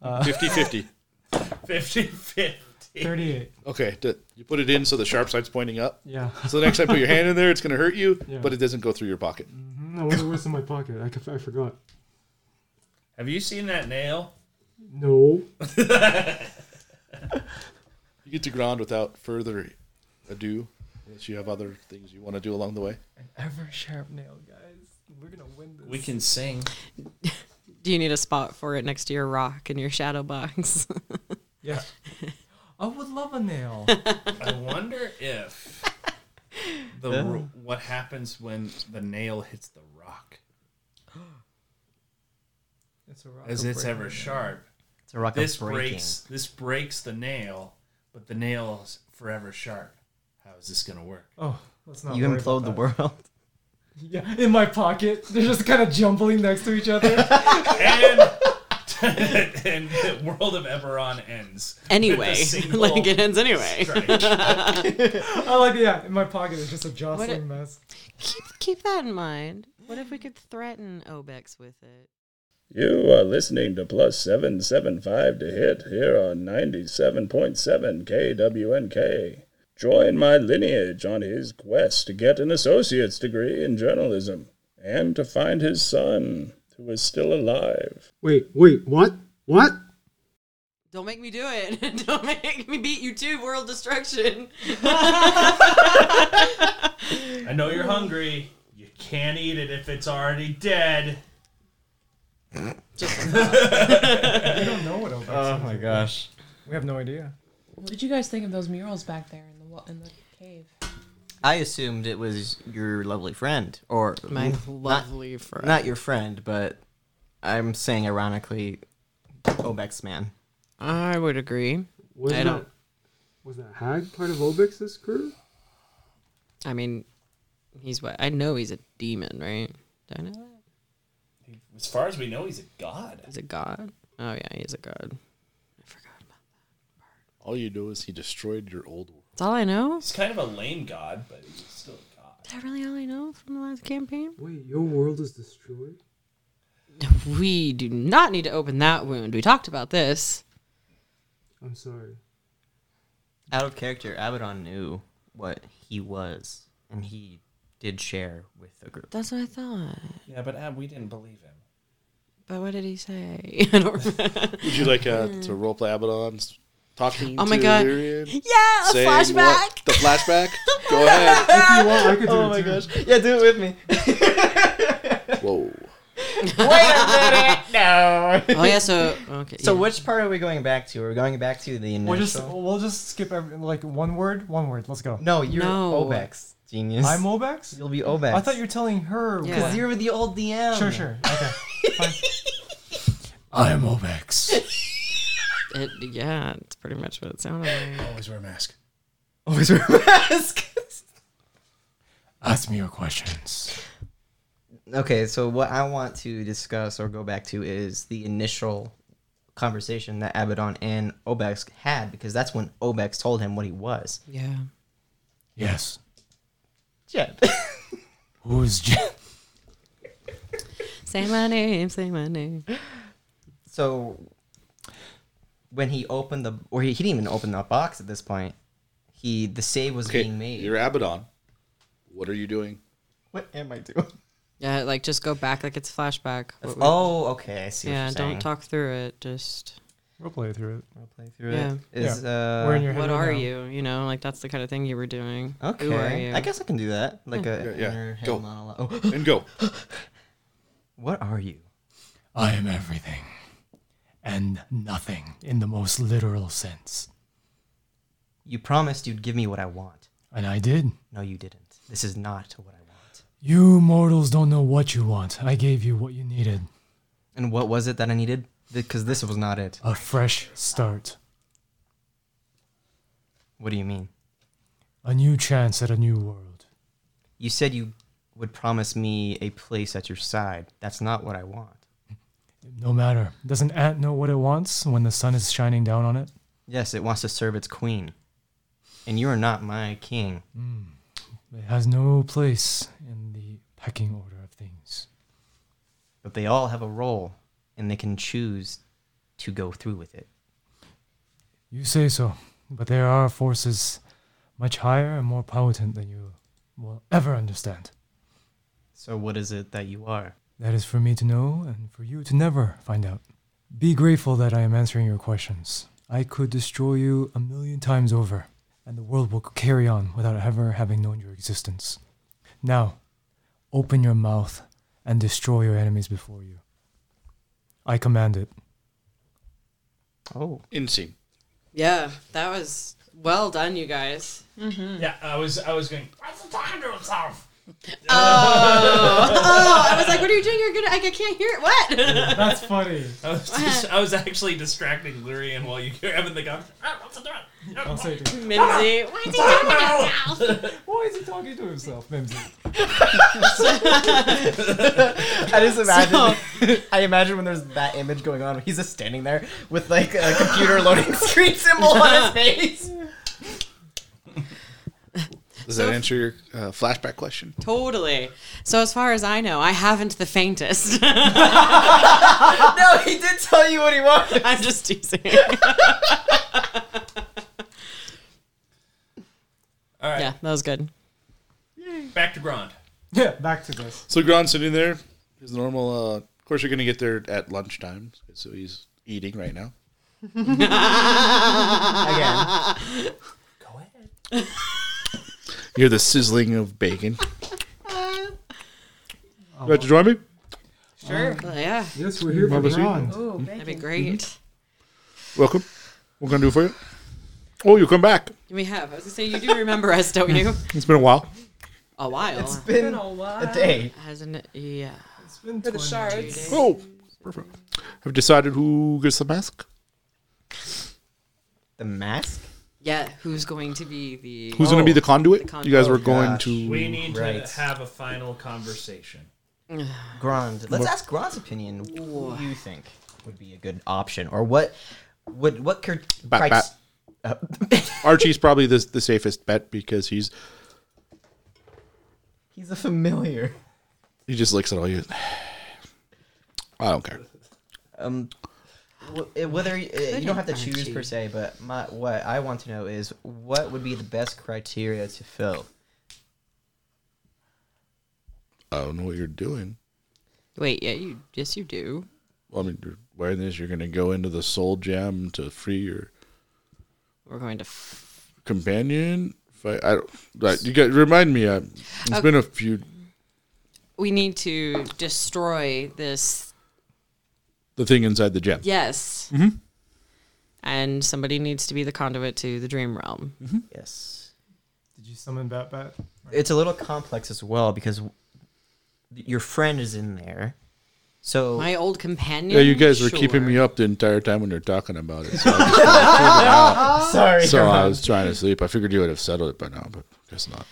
Uh.
50 50
50 50.
Thirty-eight.
okay d- you put it in so the sharp side's pointing up
Yeah. [laughs]
So the next time you put your hand in there, it's going to hurt you,
Yeah.
but it doesn't go through your pocket.
Mm, I wonder what's in my pocket. I, c- I forgot.
Have you seen that nail?
No.
You get to ground without further ado, unless you have other things you want to do along the way.
Ever sharp nail, guys. We're gonna win this.
We can sing.
Do you need a spot for it next to your rock and your shadow box?
[laughs]
Yeah. I would love a nail.
I wonder if the ro- what happens when the nail hits the rock,
it's a rock.
as it's ever sharp.
It's a rock
This
of breaking.
breaks. This breaks the nail, but the nail is forever sharp. How is this gonna work?
Oh, Let's not
you
worry
implode the
about
world.
that. Yeah, in my pocket. They're just kind of jumbling next to each other.
[laughs]
and [laughs] the world of Eberron ends.
Anyway, [laughs]
With a single
like it ends anyway. [laughs]
strike.
I like yeah. In my pocket is just a jostling mess.
Keep keep that in mind. What if we could threaten Obex with it?
You are listening to Plus 775 to Hit here on 97.7 KWNK. Join my lineage on his quest to get an associate's degree in journalism and to find his son, who is still alive.
Wait, wait, what? What?
Don't make me do it. [laughs] Don't make me beat you to world destruction.
I know you're hungry. You can't eat it if it's already dead.
Just
We don't know what Obex
Oh
is.
my gosh.
We have no idea.
What did you guys think of those murals back there in the wa- in the cave?
I assumed it was your lovely friend, or
My
not-
lovely friend.
not your friend, but I'm saying ironically, Obex man.
I would agree.
Was
I
that,
don't.
was that hag part of Obex's crew?
I mean, he's what I know. He's a demon, right? Do I know that?
As far as we know, he's a god.
He's a god. Oh yeah, he's a god.
All you know is he destroyed your old world.
That's all I know.
He's kind of a lame god, but he's still a god.
Is that really all I know from the last campaign?
Wait, your world is destroyed?
We do not need to open that wound. We talked about this.
I'm sorry.
Out of character, Abaddon knew what he was, and he did share with the group.
That's what I thought.
Yeah, but uh, we didn't believe him.
But what did he say? [laughs] I don't remember.
Would you like uh, to roleplay Abaddon's talking
Oh my
to
God.
Lyrian?
Yeah, a
Saying what-
flashback. [laughs]
the flashback? Go ahead.
If you want, I could do
[laughs] Oh
it
my
too.
gosh. Yeah, do it with me.
Whoa.
[laughs] Wait a minute. [laughs] No.
Oh yeah, so okay.
So
yeah.
which part are we going back to? Are we going back to the initial?
We'll just we'll just skip every, like one word, one word. Let's go.
No, you're
No.
Obex genius.
I'm Obex.
You'll be Obex.
I thought you were telling her.
Yeah.
what-
because you're the old DM.
Sure, sure. Okay.
I am Obex.
It, yeah, it's pretty much what it sounded like.
Always wear a mask.
Always wear a mask.
Ask me your questions.
Okay, so what I want to discuss or go back to is the initial conversation that Abaddon and Obex had because that's when Obex told him what he was.
Yeah.
Yes.
Jed.
Who is Jed?
Say my name. Say my name.
[laughs] so when he opened the or he, he didn't even open the box at this point. He the save was
Okay,
being made.
you're Abaddon. What are you doing?
What am I doing?
Yeah, like just go back like it's flashback. What we-
Oh, okay, I see.
yeah,
what you're
don't
saying.
talk through it. Just
[laughs] We'll play through it.
I'll play through
Yeah.
it. Is uh,
We're in your head.
what
right
are
now.
you? You know, like that's the kind of thing you were doing. Who are
okay.
you? Hmm.
I guess I can do that. Like a
Yeah, yeah,
inner head
go.
monologue. Oh,
And [gasps] go.
what are you?
I am everything. And nothing in the most literal sense.
You promised you'd give me what I want.
And I did.
No, you didn't. This is not what I want.
You mortals don't know what you want. I gave you what you needed
And what was it that I needed? Because this was not it.
a fresh start,
What do you mean?
a new chance at a new world.
You said you would promise me a place at your side. That's not what I want.
No matter. Does an ant know what it wants when the sun is shining down on it?
Yes, it wants to serve its queen. And you are not my king.
It has no place in the pecking order of things.
But they all have a role, and they can choose to go through with it.
You say so, but there are forces much higher and more potent than you will ever understand.
So, what is it that you are?
That is for me to know and for you to never find out. Be grateful that I am answering your questions. I could destroy you a million times over, and the world will carry on without ever having known your existence. Now, open your mouth and destroy your enemies before you. I command it.
Oh.
Insane.
yeah, that was well done, you guys.
Yeah, I was I was going. Why's he talking to himself?
Oh, I was like, what are you doing? You're gonna. I can't hear it. What? [laughs]
That's funny.
I was, just, [laughs] I was actually distracting Lyrian while Ah, you were having the conversation.
I'll say it.
[laughs]
ah,
Mimsy. Why is he talking about himself?
Why is he talking to himself, Mimsy?
I just imagine. [laughs] I imagine when there's that image going on, he's just standing there with like a computer [laughs] loading screen symbol on [laughs] his face.
Does that answer your uh, flashback question?
Totally. So as far as I know, I haven't the faintest.
no, he did tell you what he wanted.
[laughs] I'm just teasing.
All right.
Yeah, that was good.
ah. Back to Grand.
[laughs] Yeah, back to this.
So Gron's sitting there, his normal. Uh, of course, you're going to get there at lunchtime, so he's eating right now.
Again.
You hear the sizzling of [laughs] bacon. you want to join me?
Sure. Oh, yeah.
Yes, we're here for
Marvelous
Grand.
evening.
Ooh, That'd be great.
Mm-hmm. Welcome. What can I do for you? Oh, you come back.
We have. I was gonna say you do remember us, don't
[laughs]
you?
It's been a while.
A while.
It's been a while. day.
Hasn't it? Yeah.
It's been for the shards.
Oh, perfect. Have decided who gets the mask?
The mask?
Yeah. Who's going to be the?
Who's going to be Oh. the conduit? You guys were going
gosh.
to.
We need
Right.
to have a final conversation.
Grand. Let's
What-
ask Grand's opinion. Who do you think would be a good option, or what would what cur- uh,
Bat, bat. Archie's probably the, the safest bet because he's
[laughs] He's a familiar.
he just looks at all you. [sighs] I don't care.
Um, wh- uh, whether uh, you don't have to choose per se, but my what I want to know is what would be the best criteria to fill.
I don't know what you're doing.
Oh, Wait. Yeah. You. Yes, you do.
Well, I mean, you're wearing this. You're going to go into the soul gem to free your
We're going to. F-
companion. If I, I don't. Like, you guys remind me. I, it's been a few.
we need to destroy this.
The thing inside the gem.
Yes.
Mhm.
And somebody needs to be the conduit to the dream realm.
Mm-hmm.
Yes,
Did you summon Bat Bat?
it's a little complex as well because your friend is in there, so
My old companion.
Yeah, you guys were keeping me
Sure.
up the entire time when you're talking about it. So I, just wanted to figure it out.
sorry.
So I
Ron.
was trying to sleep. I figured you would have settled it by now, but guess not.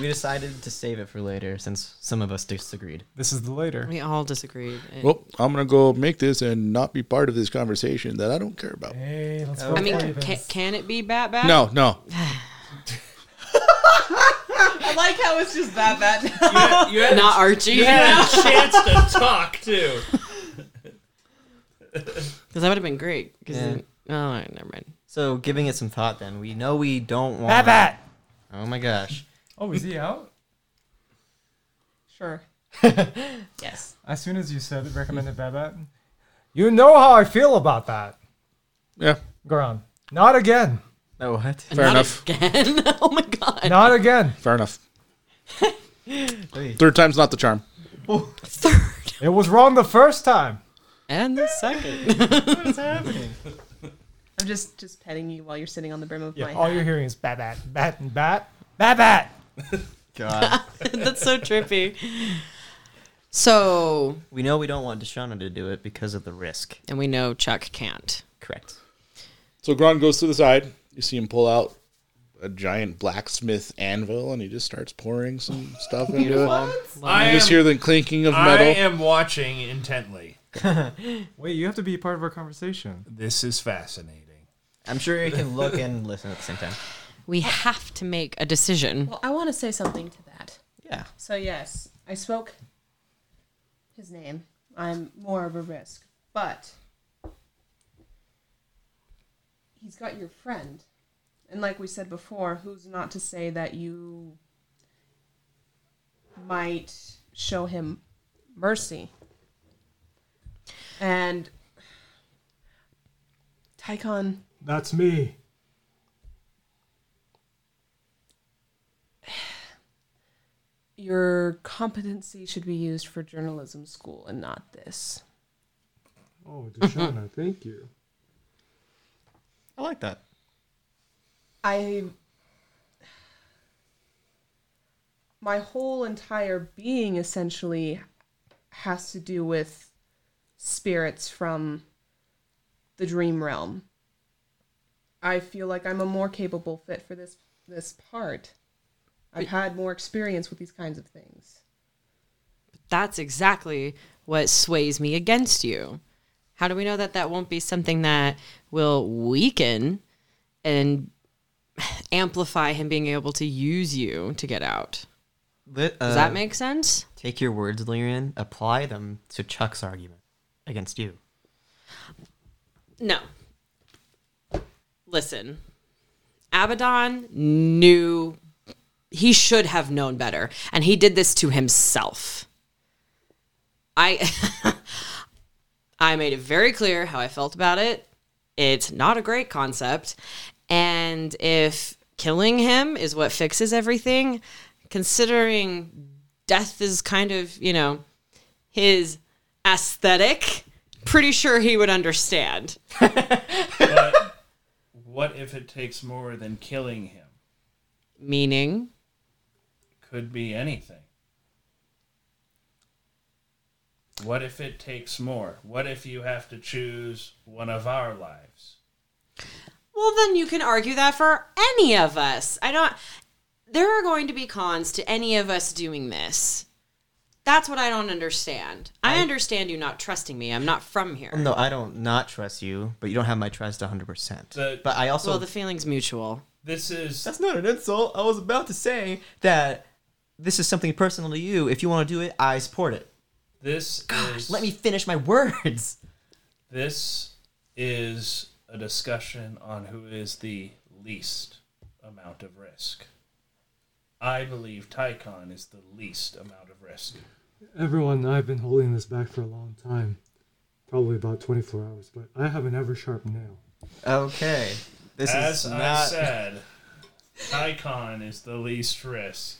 we decided to save it for later since some of us disagreed.
This is the later.
We all disagreed.
Well, I'm gonna go make this and not be part of this conversation that I don't care about.
Hey, let's
I
roll
mean,
for
can,
events.
can it be Bat Bat?
No, no.
I like how it's just that bad.
You had, you had,
Not Archie.
you had
[laughs]
a chance to talk
[laughs]
too.
Because that would have been great. Because
Yeah.
oh, never mind.
So giving it some thought, then we know we don't want.
Bat Bat.
Oh
[laughs]
my gosh.
Oh, is he out?
Sure. yes.
As soon as you said recommended Bat Bat, you know how I feel about that,
Yeah,
Grand. Not again.
No what?
fair enough.
Again. [laughs] oh my god.
Not again.
Fair enough. Third time's not the charm.
Third.
It was wrong the first time.
And the second.
What's happening? I'm just just petting you while you're sitting on the brim of
Yeah,
my.
all
hat.
you're hearing is bat bat bat and bat bat bat.
[laughs] God.
[laughs] That's so trippy. So,
we know we don't want Deshauna to do it because of the risk.
and we know Chuck can't.
Correct.
So Gron goes to the side. You see him pull out a giant blacksmith anvil, and he just starts pouring some stuff into it.
I
You just
am,
hear the clinking of
I
metal.
am watching intently.
[laughs] Wait, you have to be part of our conversation.
This is fascinating.
I'm sure you can look and [laughs] listen at the same time.
We have to make a decision.
Well, I want to say something to that.
Yeah.
So yes, I spoke his name. I'm more of a risk, but he's got your friend, and like we said before, who's not to say that you might show him mercy? And Tycon,
That's me.
your competency should be used for journalism school and not this.
Oh, Deshauna, thank you.
I like that.
I my whole entire being essentially has to do with spirits from the dream realm. I feel like I'm a more capable fit for this this part.
I've had more experience with these kinds of things.
That's exactly what sways me against you. How do we know that that won't be something that will weaken and [sighs] amplify him being able to use you to get out?
Let-
Does
uh,
that make sense?
Take your words, Lyrian, apply them to Chuck's argument against you.
No. Listen, Abaddon knew he should have known better, and he did this to himself. I [laughs] I made it very clear how I felt about it. It's not a great concept, and if killing him is what fixes everything, considering death is kind of, you know, his aesthetic, pretty sure he would understand.
What if it takes more than killing him?
Meaning,
Could be anything. What if it takes more? What if you have to choose one of our lives?
Well, then you can argue that for any of us. I don't. There are going to be cons to any of us doing this. That's what I don't understand. I, understand you not trusting me. I'm not from here.
No, I don't not trust you, but you don't have my trust 100%.
The-
but I also
well, the feeling's mutual.
This
[laughs]
is
That's not an insult. I was about to say that this is something personal to you. If you want to do it, I support it.
This is
Let me finish my [laughs] words.
This is a discussion on who is the least amount of risk. I believe Tycon is the least amount of risk.
Everyone, I've been holding this back for a long time, probably about 24 hours, but I have an ever sharp nail.
Okay. This
As
is
I
not.
said, Tycon is the least risk.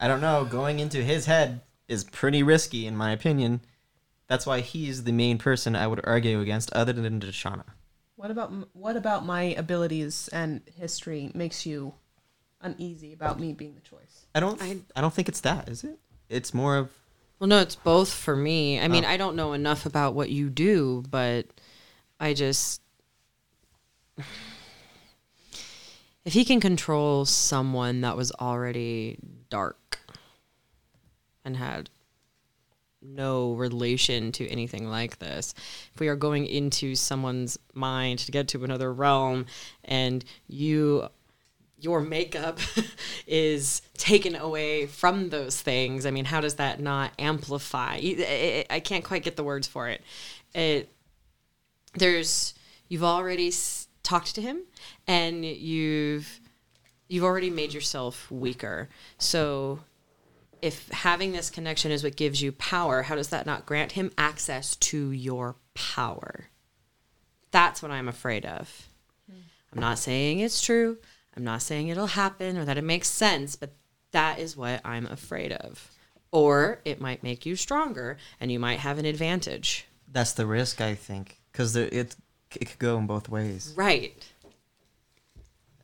I don't know. Going into his head is pretty risky, in my opinion. That's why he's the main person I would argue against, other than Dashana.
What about m- what about my abilities and history makes you uneasy about me being the choice?
I don't. I, don't think it's that, is it? It's more of
Well, no, it's both for me. I mean,
Oh.
I don't know enough about what you do, but I just. If he can control someone that was already dark and had no relation to anything like this, if we are going into someone's mind to get to another realm and you your makeup [laughs] is taken away from those things. I mean, how does that not amplify? I- I I can't quite get the words for it. It there's you've already s- talked to him, and you've you've already made yourself weaker. So if having this connection is what gives you power, how does that not grant him access to your power? That's what I'm afraid of. I'm not saying it's true. I'm not saying it'll happen or that it makes sense, but that is what I'm afraid of. Or it might make you stronger and you might have an advantage.
that's the risk I think, because it it could go in both ways.
Right.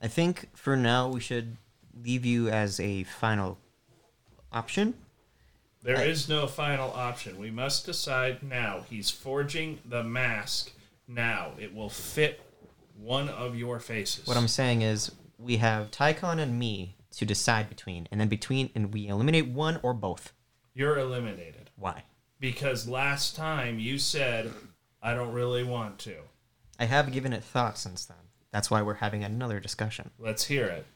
I think for now we should leave you as a final option.
There is
I-
no final option. We must decide now. He's forging the mask now. It will fit one of your faces.
What I'm saying is we have Tycon and me to decide between, and then between and we eliminate one or both.
You're eliminated.
Why?
Because last time you said, I don't really want to.
I have given it thought since then. That's why we're having another discussion.
Let's hear it.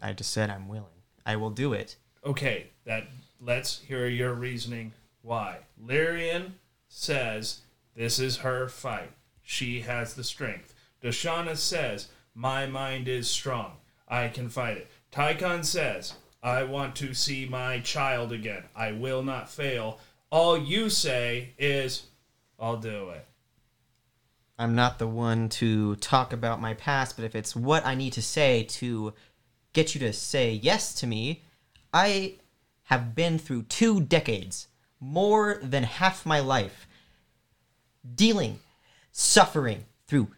I just said I'm willing. I will do it.
Okay, that let's hear your reasoning why. Lyrian says this is her fight. She has the strength. Dashana says, My mind is strong. I can fight it. Tycon says, I want to see my child again. I will not fail. All you say is, I'll do it.
I'm not the one to talk about my past, but if it's what I need to say to get you to say yes to me, I have been through two decades, more than half my life, dealing, suffering through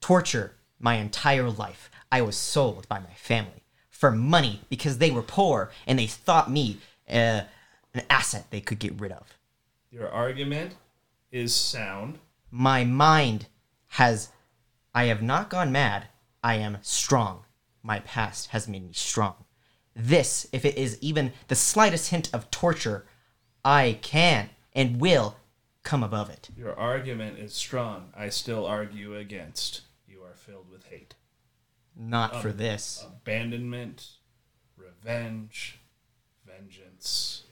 torture my entire life. I was sold by my family for money because they were poor and they thought me uh, an asset they could get rid of
Your argument is sound.
my mind has i have not gone mad i am strong my past has made me strong. This, if it is even the slightest hint of torture, I can and will come above it.
Your argument is strong. I still argue against. You are filled with hate.
Not for
Ab-
this.
Abandonment, revenge, vengeance.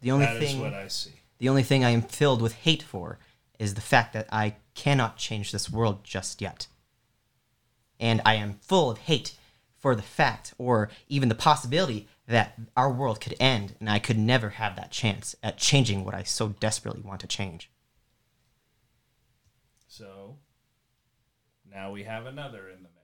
The only
That is
thing
what I see.
The only thing I am filled with hate for is the fact that I cannot change this world just yet. And I am full of hate for the fact or even the possibility that our world could end and I could never have that chance at changing what I so desperately want to change.
So now we have another in the mix.